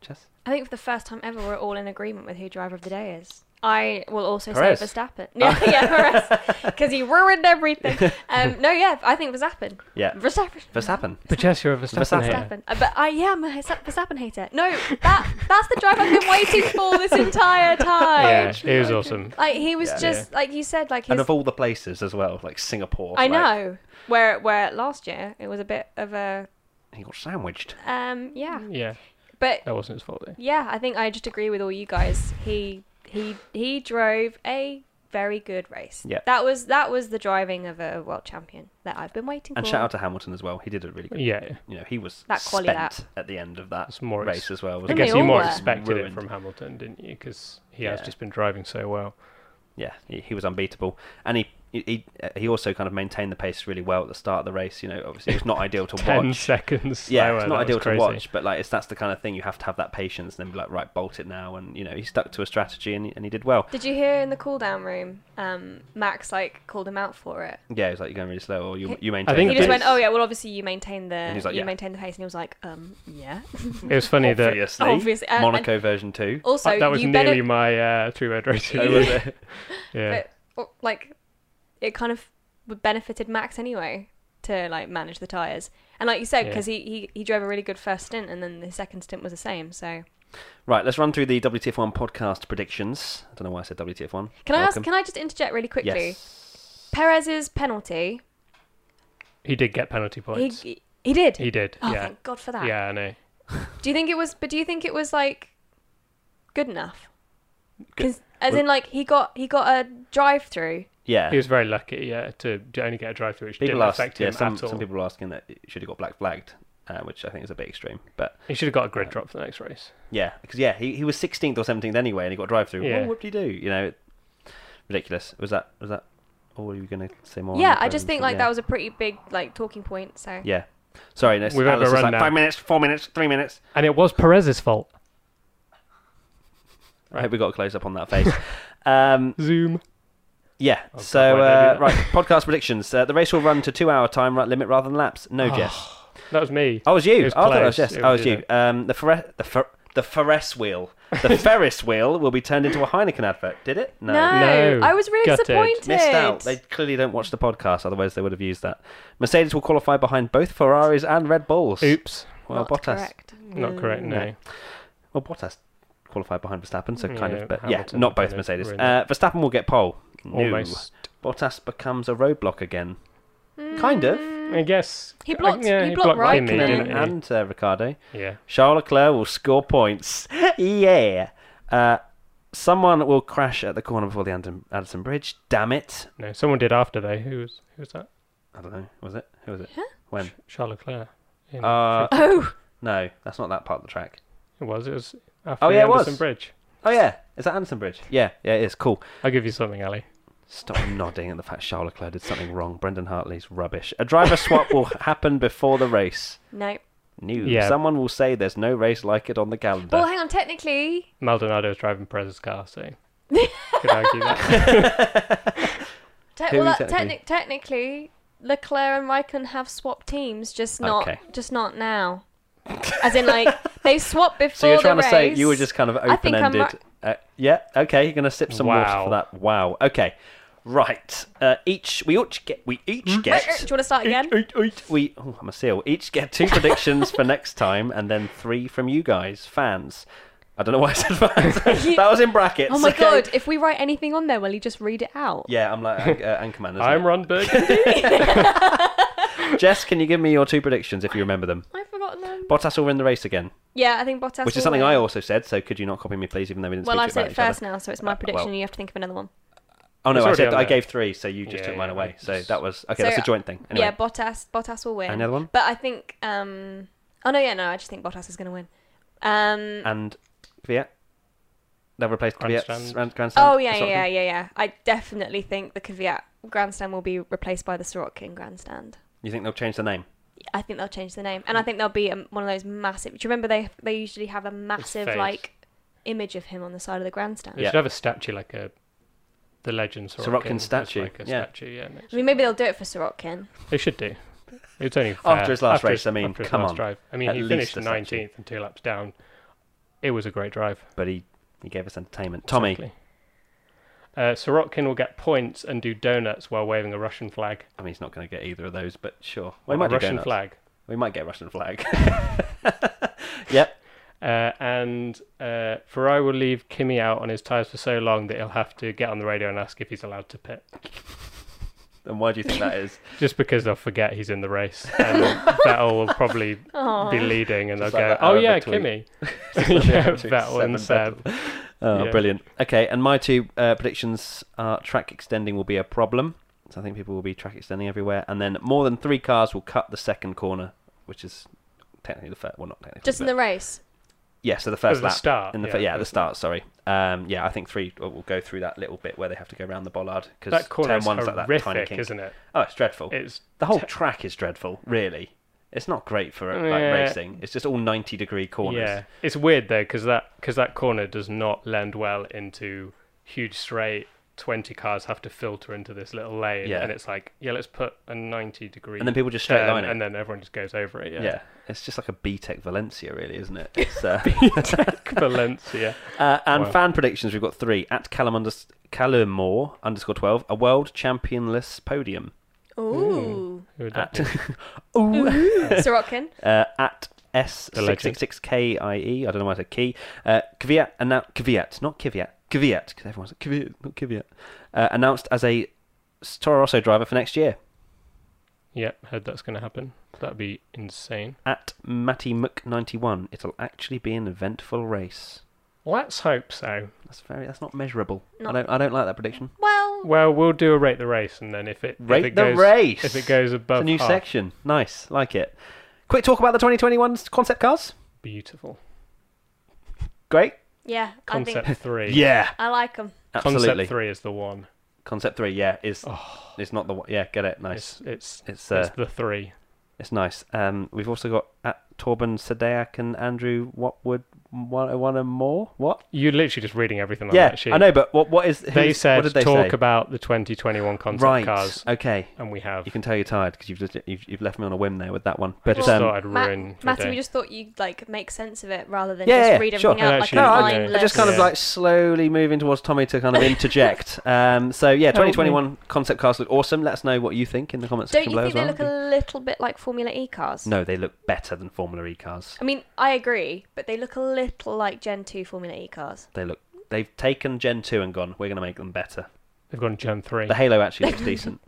[SPEAKER 1] Jess.
[SPEAKER 3] I think for the first time ever, we're all in agreement with who driver of the day is. I will also
[SPEAKER 1] Perez.
[SPEAKER 3] say Verstappen. Yeah, yeah, Perez, because he ruined everything. Um, no, yeah, I think Verstappen.
[SPEAKER 1] Yeah.
[SPEAKER 3] Verstappen.
[SPEAKER 1] Verstappen.
[SPEAKER 2] but yes, you're a Verstappen.
[SPEAKER 1] Verstappen.
[SPEAKER 2] hater.
[SPEAKER 3] Verstappen. Uh, But I yeah, I'm a Versta- Verstappen hater. No, that that's the drive I've been waiting for this entire time.
[SPEAKER 2] Yeah, it was awesome.
[SPEAKER 3] Like he was
[SPEAKER 1] Yeah.
[SPEAKER 3] just like you said, like his,
[SPEAKER 1] And of all the places as well, like Singapore.
[SPEAKER 3] I
[SPEAKER 1] like,
[SPEAKER 3] know where where last year it was a bit of a
[SPEAKER 1] He got sandwiched.
[SPEAKER 3] um yeah,
[SPEAKER 2] Yeah,
[SPEAKER 3] but
[SPEAKER 2] that wasn't his fault. Though.
[SPEAKER 3] Yeah, I think I just agree with all you guys. He he he drove a very good race.
[SPEAKER 1] Yeah.
[SPEAKER 3] That was that was the driving of a world champion that I've been waiting
[SPEAKER 1] And
[SPEAKER 3] for.
[SPEAKER 1] shout out to Hamilton as well. He did a really good.
[SPEAKER 2] Yeah,
[SPEAKER 1] You know, he was
[SPEAKER 3] That quality
[SPEAKER 1] spent
[SPEAKER 3] lap.
[SPEAKER 1] at the end of that
[SPEAKER 2] It's more ex-
[SPEAKER 1] race as well.
[SPEAKER 3] I
[SPEAKER 2] I
[SPEAKER 1] wasn't
[SPEAKER 3] guess
[SPEAKER 2] guess
[SPEAKER 3] they
[SPEAKER 1] he?
[SPEAKER 2] you
[SPEAKER 3] all
[SPEAKER 2] more
[SPEAKER 3] were.
[SPEAKER 2] expected
[SPEAKER 1] Ruined.
[SPEAKER 2] it from Hamilton, didn't you? Because he has
[SPEAKER 1] Yeah.
[SPEAKER 2] just been driving so well.
[SPEAKER 1] Yeah, he, he was unbeatable, and he he uh, he also kind of maintained the pace really well at the start of the race. You know, obviously it's not ideal to
[SPEAKER 2] Ten
[SPEAKER 1] watch.
[SPEAKER 2] seconds.
[SPEAKER 1] Yeah,
[SPEAKER 2] slower,
[SPEAKER 1] it's
[SPEAKER 2] that
[SPEAKER 1] not
[SPEAKER 2] was
[SPEAKER 1] ideal to
[SPEAKER 2] crazy.
[SPEAKER 1] watch, but like it's that's the kind of thing you have to have that patience and then be like, right, bolt it now, and you know he stuck to a strategy and he, and he did well.
[SPEAKER 3] Did you hear in the cool down room, um, Max like called him out for it?
[SPEAKER 1] Yeah, he's like, you're going really slow, or you you maintain.
[SPEAKER 2] think
[SPEAKER 3] He
[SPEAKER 1] the
[SPEAKER 3] just
[SPEAKER 2] Yes.
[SPEAKER 3] went,
[SPEAKER 1] pace."
[SPEAKER 3] Oh yeah, well obviously you maintain the
[SPEAKER 1] he's like,
[SPEAKER 3] you
[SPEAKER 1] "Yeah."
[SPEAKER 3] maintain the pace and he was like, Um, yeah.
[SPEAKER 2] It was funny that
[SPEAKER 1] obviously,
[SPEAKER 3] Obviously, and-
[SPEAKER 1] Monaco version two.
[SPEAKER 3] Also
[SPEAKER 2] that was
[SPEAKER 3] you
[SPEAKER 2] nearly
[SPEAKER 3] better
[SPEAKER 2] my uh, three-word rating.
[SPEAKER 1] Oh, was it?
[SPEAKER 2] yeah,
[SPEAKER 3] but, well, like it kind of benefited Max anyway to like manage the tires. And like you said,
[SPEAKER 2] Yeah.
[SPEAKER 3] because he, he he drove a really good first stint, and then the second stint was the same. So
[SPEAKER 1] Right, let's run through the WTF1 podcast predictions. I don't know why I said WTF1.
[SPEAKER 3] Can I
[SPEAKER 1] Welcome.
[SPEAKER 3] ask? Can I just interject really quickly?
[SPEAKER 1] Yes.
[SPEAKER 3] Perez's penalty.
[SPEAKER 2] he did get penalty
[SPEAKER 3] He,
[SPEAKER 2] points. He,
[SPEAKER 3] he did.
[SPEAKER 2] did.
[SPEAKER 3] oh,
[SPEAKER 2] yeah,
[SPEAKER 3] thank God for that.
[SPEAKER 2] yeah, I know.
[SPEAKER 3] Do you think it was? But do you think it was like good enough?
[SPEAKER 1] Good.
[SPEAKER 3] Cons- As in, like he got he got a drive through.
[SPEAKER 1] Yeah.
[SPEAKER 2] He was very lucky, yeah, to to only get a drive through, which
[SPEAKER 1] people
[SPEAKER 2] didn't
[SPEAKER 1] asked,
[SPEAKER 2] affect him
[SPEAKER 1] yeah, some,
[SPEAKER 2] at all.
[SPEAKER 1] some people were asking that it should have got black flagged, uh, which I think is a bit extreme. But
[SPEAKER 2] He should have got a grid drop for the next race.
[SPEAKER 1] yeah, because yeah, he, he was 16th or 17th anyway, and he got a drive through.
[SPEAKER 2] Yeah.
[SPEAKER 1] What would he do? You know, it, ridiculous. Was that was that? Or were you going to say more? on
[SPEAKER 3] yeah,
[SPEAKER 1] the
[SPEAKER 3] I
[SPEAKER 1] podium?
[SPEAKER 3] just think like
[SPEAKER 1] Yeah.
[SPEAKER 3] that was a pretty big like talking point. So
[SPEAKER 1] Yeah. Sorry, no,
[SPEAKER 2] We've
[SPEAKER 1] Alice is
[SPEAKER 2] overrun
[SPEAKER 1] like,
[SPEAKER 2] now.
[SPEAKER 1] Five minutes, four minutes, three minutes.
[SPEAKER 2] And it was Perez's fault.
[SPEAKER 1] I hope we got a close up on that face. um,
[SPEAKER 2] Zoom.
[SPEAKER 1] yeah.
[SPEAKER 2] Oh, God,
[SPEAKER 1] so
[SPEAKER 2] why did I
[SPEAKER 1] uh,
[SPEAKER 2] do
[SPEAKER 1] right, podcast predictions. Uh, the race will run to two hour time ra- limit rather than laps. No, Jess.
[SPEAKER 2] That was me.
[SPEAKER 1] I was you.
[SPEAKER 2] Ah, It was
[SPEAKER 1] I thought it was
[SPEAKER 2] close.
[SPEAKER 1] yes.
[SPEAKER 2] It
[SPEAKER 1] I
[SPEAKER 2] was
[SPEAKER 1] was you. Um, the fer- the fer- the Ferris wheel, the Ferris wheel will be turned into a Heineken advert. Did it? No.
[SPEAKER 3] no,
[SPEAKER 2] No.
[SPEAKER 3] I was really
[SPEAKER 2] Gutted.
[SPEAKER 3] disappointed.
[SPEAKER 1] Missed out. They clearly don't watch the podcast, otherwise they would have used that. Mercedes will qualify behind both Ferraris and Red Bulls.
[SPEAKER 2] Oops.
[SPEAKER 1] Well,
[SPEAKER 3] Not
[SPEAKER 1] Bottas.
[SPEAKER 3] correct.
[SPEAKER 2] Not correct, no.
[SPEAKER 1] Well, Bottas qualified behind Verstappen, so kind
[SPEAKER 2] Yeah,
[SPEAKER 1] of. But yeah,
[SPEAKER 2] Hamilton
[SPEAKER 1] not both
[SPEAKER 2] kind of
[SPEAKER 1] Mercedes.
[SPEAKER 2] ruined
[SPEAKER 1] Uh, Verstappen will get pole. No.
[SPEAKER 2] Almost.
[SPEAKER 1] Bottas becomes a roadblock again.
[SPEAKER 3] Mm.
[SPEAKER 1] Kind of.
[SPEAKER 2] I guess.
[SPEAKER 3] He
[SPEAKER 2] I-
[SPEAKER 3] blocked-
[SPEAKER 2] yeah,
[SPEAKER 3] he
[SPEAKER 2] he
[SPEAKER 3] blocked
[SPEAKER 2] blocked
[SPEAKER 3] Raikkonen.
[SPEAKER 2] Kimi,
[SPEAKER 3] Yeah.
[SPEAKER 1] And,
[SPEAKER 2] didn't he?
[SPEAKER 1] and uh, Ricardo.
[SPEAKER 2] Yeah.
[SPEAKER 1] Charles Leclerc will score points. yeah. Uh, someone will crash at the corner before the Addison Addison Bridge. Damn it.
[SPEAKER 2] No, someone did after though. Who was who was that?
[SPEAKER 1] I don't know. Was it? Who was it? When?
[SPEAKER 2] Charles Leclerc. In-
[SPEAKER 1] Uh,
[SPEAKER 3] Oh,
[SPEAKER 1] no, that's not that part of the track.
[SPEAKER 2] it was. It was after
[SPEAKER 1] Oh, yeah, it
[SPEAKER 2] the Anderson
[SPEAKER 1] was.
[SPEAKER 2] Bridge.
[SPEAKER 1] Oh, yeah. Is that Addison Bridge? Yeah. Yeah, it is. Cool.
[SPEAKER 2] I'll give you something, Ali.
[SPEAKER 1] Stop nodding at the fact Charles Leclerc did something wrong. Brendan Hartley's rubbish. A driver swap will happen before the race.
[SPEAKER 3] no.
[SPEAKER 1] New.
[SPEAKER 2] Yeah.
[SPEAKER 1] Someone will say there's no race like it on the calendar.
[SPEAKER 3] Well, hang on. Technically,
[SPEAKER 2] Maldonado was driving Perez's car, so could argue that.
[SPEAKER 3] te-
[SPEAKER 1] Who
[SPEAKER 3] well, that,
[SPEAKER 1] technically?
[SPEAKER 3] techni- technically, Leclerc and Raikkonen have swapped teams, just not,
[SPEAKER 1] Okay.
[SPEAKER 3] just not now. As in, like they swapped before
[SPEAKER 1] So you're
[SPEAKER 3] the
[SPEAKER 1] trying to
[SPEAKER 3] race.
[SPEAKER 1] say you were just kind of
[SPEAKER 3] I
[SPEAKER 1] open
[SPEAKER 3] think I'm
[SPEAKER 1] ended. Uh, yeah. Okay. You're going to sip some water for
[SPEAKER 2] Wow.
[SPEAKER 1] that. Wow. Okay. Right. Uh, each we each get we each
[SPEAKER 3] Hmm? Wait, wait, do
[SPEAKER 1] get
[SPEAKER 3] you want to start again?
[SPEAKER 1] we oh, I'm a seal. Each get two predictions for next time, and then three from you guys fans. I don't know why I said fans. that was in brackets.
[SPEAKER 3] Oh my
[SPEAKER 1] okay?
[SPEAKER 3] god! If we write anything on there, will you just read it out?
[SPEAKER 1] Yeah, I'm like uh, Anchorman. isn't
[SPEAKER 2] I'm
[SPEAKER 1] it?
[SPEAKER 2] Ron Burgundy.
[SPEAKER 1] Jess, can you give me your two predictions if you remember them?
[SPEAKER 3] I've forgotten them.
[SPEAKER 1] Bottas will win the race again,
[SPEAKER 3] Yeah, I think Bottas.
[SPEAKER 1] which
[SPEAKER 3] will
[SPEAKER 1] is something
[SPEAKER 3] win.
[SPEAKER 1] I also said. So could you not copy me, please? Even though we didn't
[SPEAKER 3] Well,
[SPEAKER 1] speak
[SPEAKER 3] I've said
[SPEAKER 1] about
[SPEAKER 3] it
[SPEAKER 1] each other. Uh,
[SPEAKER 3] first now, so it's my prediction.
[SPEAKER 1] well.
[SPEAKER 3] and You have to think of another one.
[SPEAKER 1] Oh no, I
[SPEAKER 2] It's already
[SPEAKER 1] said
[SPEAKER 2] on
[SPEAKER 1] I
[SPEAKER 2] there.
[SPEAKER 1] gave three, so you just
[SPEAKER 2] Yeah,
[SPEAKER 1] took mine
[SPEAKER 2] yeah,
[SPEAKER 1] away.
[SPEAKER 2] I
[SPEAKER 1] So
[SPEAKER 2] just-
[SPEAKER 1] that was okay. that's
[SPEAKER 3] So,
[SPEAKER 1] a joint thing. Anyway,
[SPEAKER 3] Yeah, Bottas. Bottas will win.
[SPEAKER 1] Another one?
[SPEAKER 3] But I think. um Oh no! Yeah, no. I just think Bottas is going to win. Um.
[SPEAKER 1] and Kvyat. They'll replace Kvyat's
[SPEAKER 2] Grandstand.
[SPEAKER 1] grand, grandstand.
[SPEAKER 3] Oh
[SPEAKER 1] or
[SPEAKER 3] yeah, yeah,
[SPEAKER 1] something.
[SPEAKER 3] yeah, yeah, yeah. I definitely think the Kvyat grandstand will be replaced by the Sorokin grandstand.
[SPEAKER 1] You think they'll change the name?
[SPEAKER 3] I think they'll change the name, and I think there'll be um one of those massive. Do you remember they they usually have a massive
[SPEAKER 2] face.
[SPEAKER 3] like image of him on the side of the grandstand?
[SPEAKER 2] They
[SPEAKER 1] Yeah.
[SPEAKER 2] should have a statue like a the legend Sorokin,
[SPEAKER 1] Sorokin
[SPEAKER 2] has,
[SPEAKER 1] statue,
[SPEAKER 2] Like a
[SPEAKER 1] yeah.
[SPEAKER 2] statue, yeah. next
[SPEAKER 3] I mean, maybe they'll do it for Sorokin.
[SPEAKER 2] They should do. It's only fair.
[SPEAKER 1] After his last race,
[SPEAKER 2] his-
[SPEAKER 1] I mean,
[SPEAKER 2] after his
[SPEAKER 1] come
[SPEAKER 2] last
[SPEAKER 1] on.
[SPEAKER 2] Drive. I mean,
[SPEAKER 1] At
[SPEAKER 2] he
[SPEAKER 1] least
[SPEAKER 2] finished
[SPEAKER 1] a statue.
[SPEAKER 2] nineteenth and two laps down. It was a great drive.
[SPEAKER 1] But he he gave us entertainment. Tommy,
[SPEAKER 2] Exactly. Uh, Sorokin will get points and do donuts while waving a Russian flag.
[SPEAKER 1] I mean, he's not going to get either of those, but sure. we
[SPEAKER 2] Well,
[SPEAKER 1] might
[SPEAKER 2] a
[SPEAKER 1] do
[SPEAKER 2] Russian
[SPEAKER 1] donuts.
[SPEAKER 2] flag.
[SPEAKER 1] We might get a Russian flag. yep.
[SPEAKER 2] Uh, and uh, Ferrari will leave Kimi out on his tyres for so long that he'll have to get on the radio and ask if he's allowed to pit,
[SPEAKER 1] And why do you think that is?
[SPEAKER 2] just because they'll forget he's in the race. And Vettel will probably be leading, and
[SPEAKER 1] Just
[SPEAKER 2] they'll
[SPEAKER 1] like that
[SPEAKER 2] go,
[SPEAKER 1] Arab
[SPEAKER 2] "Oh yeah,
[SPEAKER 1] tweet."
[SPEAKER 2] Kimi."
[SPEAKER 1] like
[SPEAKER 2] yeah,
[SPEAKER 1] Arab tweet,
[SPEAKER 2] Vettel and
[SPEAKER 1] Seb
[SPEAKER 2] Seb.
[SPEAKER 1] Oh,
[SPEAKER 2] Yeah.
[SPEAKER 1] brilliant. Okay, and my two uh, predictions are track extending will be a problem. So I think people will be track extending everywhere, and then more than three cars will cut the second corner, which is technically the first. Well, not technically.
[SPEAKER 3] Just in
[SPEAKER 1] but-
[SPEAKER 3] the race.
[SPEAKER 1] Yeah, so the first
[SPEAKER 2] At Oh, the
[SPEAKER 1] lap.
[SPEAKER 2] start,
[SPEAKER 1] In the
[SPEAKER 2] yeah,
[SPEAKER 1] fir- yeah, at the
[SPEAKER 2] first
[SPEAKER 1] start. Sorry. Um, yeah, I think three will go through that little bit where they have to go around the bollard because
[SPEAKER 2] That corner
[SPEAKER 1] turn
[SPEAKER 2] is
[SPEAKER 1] one's like
[SPEAKER 2] horrific,
[SPEAKER 1] that tiny kink.
[SPEAKER 2] isn't it?
[SPEAKER 1] Oh, it's dreadful.
[SPEAKER 2] It's
[SPEAKER 1] the whole
[SPEAKER 2] te-
[SPEAKER 1] track is dreadful, really. It's not great for like
[SPEAKER 2] Yeah.
[SPEAKER 1] racing. It's just all ninety degree corners.
[SPEAKER 2] Yeah, it's weird though because that because that corner does not lend well into huge straight. Twenty cars have to filter into this little lane,
[SPEAKER 1] Yeah.
[SPEAKER 2] and it's like, yeah, let's put a ninety degree,
[SPEAKER 1] And then people just straight
[SPEAKER 2] turn,
[SPEAKER 1] line it.
[SPEAKER 2] Um, and then everyone just goes over it.
[SPEAKER 1] Yeah.
[SPEAKER 2] Yeah,
[SPEAKER 1] It's just like a B Tech Valencia, really, isn't it? It's, uh,
[SPEAKER 2] Valencia.
[SPEAKER 1] Uh, and
[SPEAKER 2] Wow.
[SPEAKER 1] fan predictions, we've got three. At Callum unders- Callum Moore underscore 12, a world championless podium.
[SPEAKER 3] Ooh,
[SPEAKER 2] Who would that
[SPEAKER 1] At,
[SPEAKER 2] be?
[SPEAKER 3] Sorokin.
[SPEAKER 1] uh, at
[SPEAKER 2] The legend.
[SPEAKER 1] S666KIE, I don't know why I said key. Uh, Kvyat, annou- Kvyat, not Kvyat, Kvyat, because everyone's like, Kvyat, not Kvyat. Uh, announced as a Toro Rosso driver for next year.
[SPEAKER 2] yeah, heard that's going to happen. That'd be insane.
[SPEAKER 1] At Matty Mc91, it'll actually be an eventful race.
[SPEAKER 2] Let's hope so.
[SPEAKER 1] That's very. That's not measurable. I
[SPEAKER 3] Not-
[SPEAKER 1] don't. I don't like that prediction.
[SPEAKER 3] Well,
[SPEAKER 2] Well, we'll do a rate the race, and then if it if
[SPEAKER 1] Rate
[SPEAKER 2] it
[SPEAKER 1] the
[SPEAKER 2] goes,
[SPEAKER 1] race.
[SPEAKER 2] if it goes above
[SPEAKER 1] It's a new
[SPEAKER 2] half,
[SPEAKER 1] section. Nice. Like it. Quick talk about the 2021 concept cars.
[SPEAKER 2] beautiful
[SPEAKER 1] Great.
[SPEAKER 3] yeah, I
[SPEAKER 2] concept
[SPEAKER 3] think
[SPEAKER 2] three.
[SPEAKER 1] Yeah.
[SPEAKER 3] I like them.
[SPEAKER 1] Absolutely.
[SPEAKER 2] concept three is the one.
[SPEAKER 1] Concept three, yeah, is it's not the one. Yeah, get it. Nice.
[SPEAKER 2] It's it's
[SPEAKER 1] It's, uh,
[SPEAKER 2] it's, the three.
[SPEAKER 1] It's nice. Um, we've also got at Torben Sadeak and Andrew Watwood. One, one and more. What?
[SPEAKER 2] You're literally just reading everything on
[SPEAKER 1] yeah,
[SPEAKER 2] that sheet.
[SPEAKER 1] I know, but what? What is?
[SPEAKER 2] They
[SPEAKER 1] who's-
[SPEAKER 2] said
[SPEAKER 1] what did they
[SPEAKER 2] talk
[SPEAKER 1] say?
[SPEAKER 2] about the 2021 concept
[SPEAKER 1] right.
[SPEAKER 2] cars,
[SPEAKER 1] Okay.
[SPEAKER 2] and we have.
[SPEAKER 1] You can tell you're tired because you've just you've, you've left me on a whim there with that one.
[SPEAKER 2] I
[SPEAKER 1] But
[SPEAKER 2] just
[SPEAKER 1] um,
[SPEAKER 2] thought I'd
[SPEAKER 3] Ma-
[SPEAKER 2] ruin. the
[SPEAKER 3] Matthew,
[SPEAKER 2] day.
[SPEAKER 3] we just thought you'd like make sense of it rather than
[SPEAKER 1] Yeah, yeah,
[SPEAKER 3] just read
[SPEAKER 1] sure.
[SPEAKER 3] everything
[SPEAKER 2] And
[SPEAKER 3] out like
[SPEAKER 2] actually-
[SPEAKER 3] a
[SPEAKER 2] No, I-
[SPEAKER 3] mindless.
[SPEAKER 1] I just kind of
[SPEAKER 2] Yeah.
[SPEAKER 1] like slowly moving towards Tommy to kind of interject. um, so yeah, 2021 concept cars look awesome. Let us know what you think in the comments
[SPEAKER 3] Don't
[SPEAKER 1] section
[SPEAKER 3] you
[SPEAKER 1] below
[SPEAKER 3] think
[SPEAKER 1] as
[SPEAKER 3] they
[SPEAKER 1] well.
[SPEAKER 3] look a little bit like Formula E cars?
[SPEAKER 1] No, they look better than Formula E cars.
[SPEAKER 3] I mean, I agree, but they look a little like Gen 2 Formula E cars.
[SPEAKER 1] They look they've taken Gen two and gone. We're going to make them better.
[SPEAKER 2] They've gone Gen three.
[SPEAKER 1] The Halo actually looks decent.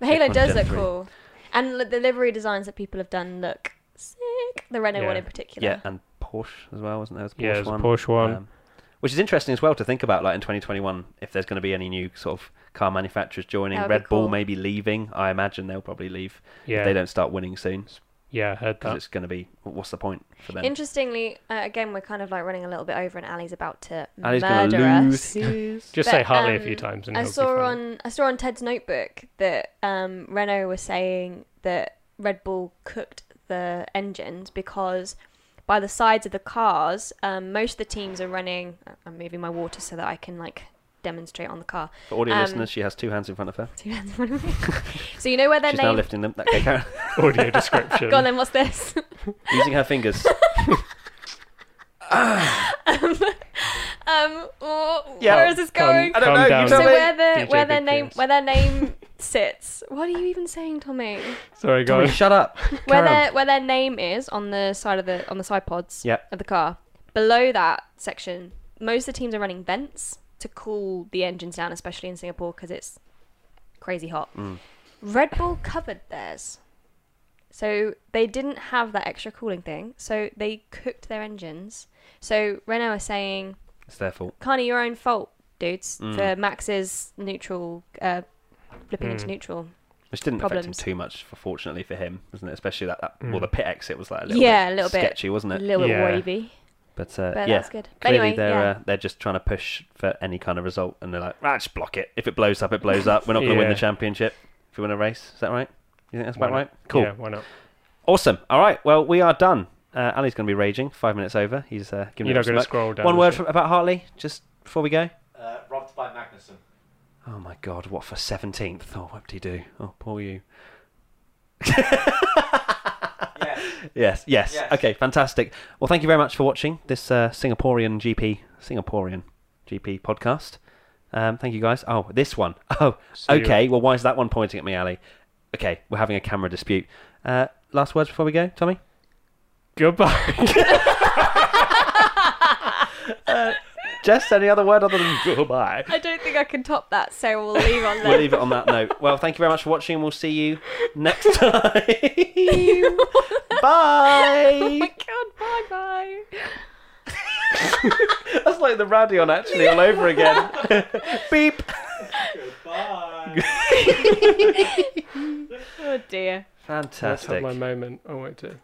[SPEAKER 3] The Halo
[SPEAKER 1] on
[SPEAKER 3] does
[SPEAKER 1] Gen
[SPEAKER 3] look
[SPEAKER 1] 3.
[SPEAKER 3] cool. And l- the livery designs that people have done look sick. The Renault one
[SPEAKER 2] Yeah.
[SPEAKER 3] in particular.
[SPEAKER 1] Yeah, and Porsche as well, wasn't there?
[SPEAKER 2] Yeah,
[SPEAKER 1] There
[SPEAKER 2] there's
[SPEAKER 1] was a
[SPEAKER 2] a
[SPEAKER 1] Porsche Um,
[SPEAKER 2] Porsche one.
[SPEAKER 1] which is interesting as well to think about, like in 2021, if there's going to be any new sort of car manufacturers joining,
[SPEAKER 3] That would be
[SPEAKER 1] Red Bull
[SPEAKER 3] cool.
[SPEAKER 1] maybe leaving. I imagine they'll probably leave
[SPEAKER 2] Yeah.
[SPEAKER 1] if they don't start winning soon,
[SPEAKER 2] yeah, I heard
[SPEAKER 1] because
[SPEAKER 2] that.
[SPEAKER 1] it's going to be what's the point for them?
[SPEAKER 3] Interestingly, uh, again, we're kind of like running a little bit over, and Ali's about to
[SPEAKER 1] Ali's going
[SPEAKER 3] murder
[SPEAKER 1] to lose.
[SPEAKER 3] us.
[SPEAKER 1] his-
[SPEAKER 2] Just say
[SPEAKER 3] But,
[SPEAKER 2] Harley a
[SPEAKER 3] um,
[SPEAKER 2] few times, and
[SPEAKER 3] I
[SPEAKER 2] he'll be
[SPEAKER 3] saw
[SPEAKER 2] fine.
[SPEAKER 3] on I saw on Ted's notebook that um, Renault was saying that Red Bull cooked the engines because by the sides of the cars, um, most of the teams are running. I'm moving my water so that I can like demonstrate on the car.
[SPEAKER 1] For audio
[SPEAKER 3] Um,
[SPEAKER 1] listeners, she has two hands in front of her.
[SPEAKER 3] Two hands in front of me. so you know where their
[SPEAKER 1] She's now
[SPEAKER 3] name.
[SPEAKER 1] lifting them. Okay, Karen.
[SPEAKER 2] audio description.
[SPEAKER 3] Go on then. What's this?
[SPEAKER 1] using her fingers.
[SPEAKER 3] um, oh,
[SPEAKER 1] Yeah.
[SPEAKER 3] where is this
[SPEAKER 2] Calm-
[SPEAKER 3] going?
[SPEAKER 2] calm
[SPEAKER 1] don't know, you
[SPEAKER 2] down.
[SPEAKER 1] don't
[SPEAKER 3] So
[SPEAKER 1] Tommy.
[SPEAKER 3] where the
[SPEAKER 2] DJ
[SPEAKER 3] where their
[SPEAKER 2] Big
[SPEAKER 3] name
[SPEAKER 2] Prince.
[SPEAKER 3] where their name sits? What are you even saying, Tommy?
[SPEAKER 2] Sorry, go
[SPEAKER 1] Tommy,
[SPEAKER 2] on.
[SPEAKER 1] shut up. Karen.
[SPEAKER 3] where their where their name is on the side of the on the side pods
[SPEAKER 1] Yep.
[SPEAKER 3] of the car. Below that section, most of the teams are running vents to cool the engines down, especially in Singapore because it's crazy hot.
[SPEAKER 1] Mm.
[SPEAKER 3] Red Bull covered theirs, so they didn't have that extra cooling thing. So they cooked their engines. So Renault are saying,
[SPEAKER 1] It's their fault.
[SPEAKER 3] "Kind of your own fault, dudes,
[SPEAKER 1] Mm.
[SPEAKER 3] for Max's neutral uh, flipping into neutral."
[SPEAKER 1] Which didn't
[SPEAKER 3] Problems.
[SPEAKER 1] affect him too much, for, fortunately for him, wasn't it? Especially that, that
[SPEAKER 2] Mm.
[SPEAKER 1] well, the pit exit was like a little
[SPEAKER 3] yeah,
[SPEAKER 1] bit
[SPEAKER 3] a little bit
[SPEAKER 1] sketchy, wasn't it?
[SPEAKER 3] A little
[SPEAKER 2] Yeah.
[SPEAKER 3] bit wavy.
[SPEAKER 1] But, uh,
[SPEAKER 3] But
[SPEAKER 1] yeah,
[SPEAKER 3] that's good. But
[SPEAKER 1] Clearly,
[SPEAKER 3] anyway,
[SPEAKER 1] they're
[SPEAKER 3] yeah.
[SPEAKER 1] uh, they're just trying to push for any kind of result, and they're like, ah, just block it. If it blows up, it blows up. We're not going to win
[SPEAKER 2] Yeah.
[SPEAKER 1] the championship. If we win a race, is that right? You think that's
[SPEAKER 2] Why
[SPEAKER 1] about
[SPEAKER 2] not?
[SPEAKER 1] right? Cool,
[SPEAKER 2] Yeah, why not?
[SPEAKER 1] awesome. All right, well, we are done. Uh, Ali's going to be raging. Five minutes over. He's uh, giving. it
[SPEAKER 2] You're not
[SPEAKER 1] some
[SPEAKER 2] gonna
[SPEAKER 1] work.
[SPEAKER 2] scroll down,
[SPEAKER 1] One
[SPEAKER 2] is
[SPEAKER 1] word
[SPEAKER 2] it?
[SPEAKER 1] from, about Hartley, just before we go.
[SPEAKER 4] Uh, robbed by Magnuson.
[SPEAKER 1] Oh my God, what for seventeenth? Oh, what do you do? Oh, poor you.
[SPEAKER 4] Yes.
[SPEAKER 1] Yes, yes,
[SPEAKER 4] Yes.
[SPEAKER 1] Okay, fantastic. Well, thank you very much for watching this uh, Singaporean GP Singaporean GP podcast. Um, thank you guys. Oh, this one. Oh,
[SPEAKER 2] So you-
[SPEAKER 1] okay. Well, why is that one pointing at me, Ali? Okay, we're having a camera dispute. Uh, last words before we go, Tommy.
[SPEAKER 2] Goodbye.
[SPEAKER 1] Jess, any other word other than goodbye?
[SPEAKER 3] Uh, I don't think I can top that, so we'll leave on
[SPEAKER 1] We'll
[SPEAKER 3] there.
[SPEAKER 1] leave it on that note. Well, thank you very much for watching, and we'll see you next time.
[SPEAKER 3] oh my
[SPEAKER 1] Bye.
[SPEAKER 3] god, bye bye.
[SPEAKER 1] That's like the Radion actually all over again. Beep.
[SPEAKER 4] Goodbye.
[SPEAKER 3] Oh dear.
[SPEAKER 2] Let's have
[SPEAKER 1] Fantastic.
[SPEAKER 2] my moment. I won't do.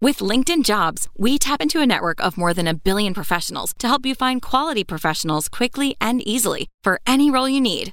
[SPEAKER 5] With LinkedIn Jobs, we tap into a network of more than a billion professionals to help you find quality professionals quickly and easily for any role you need.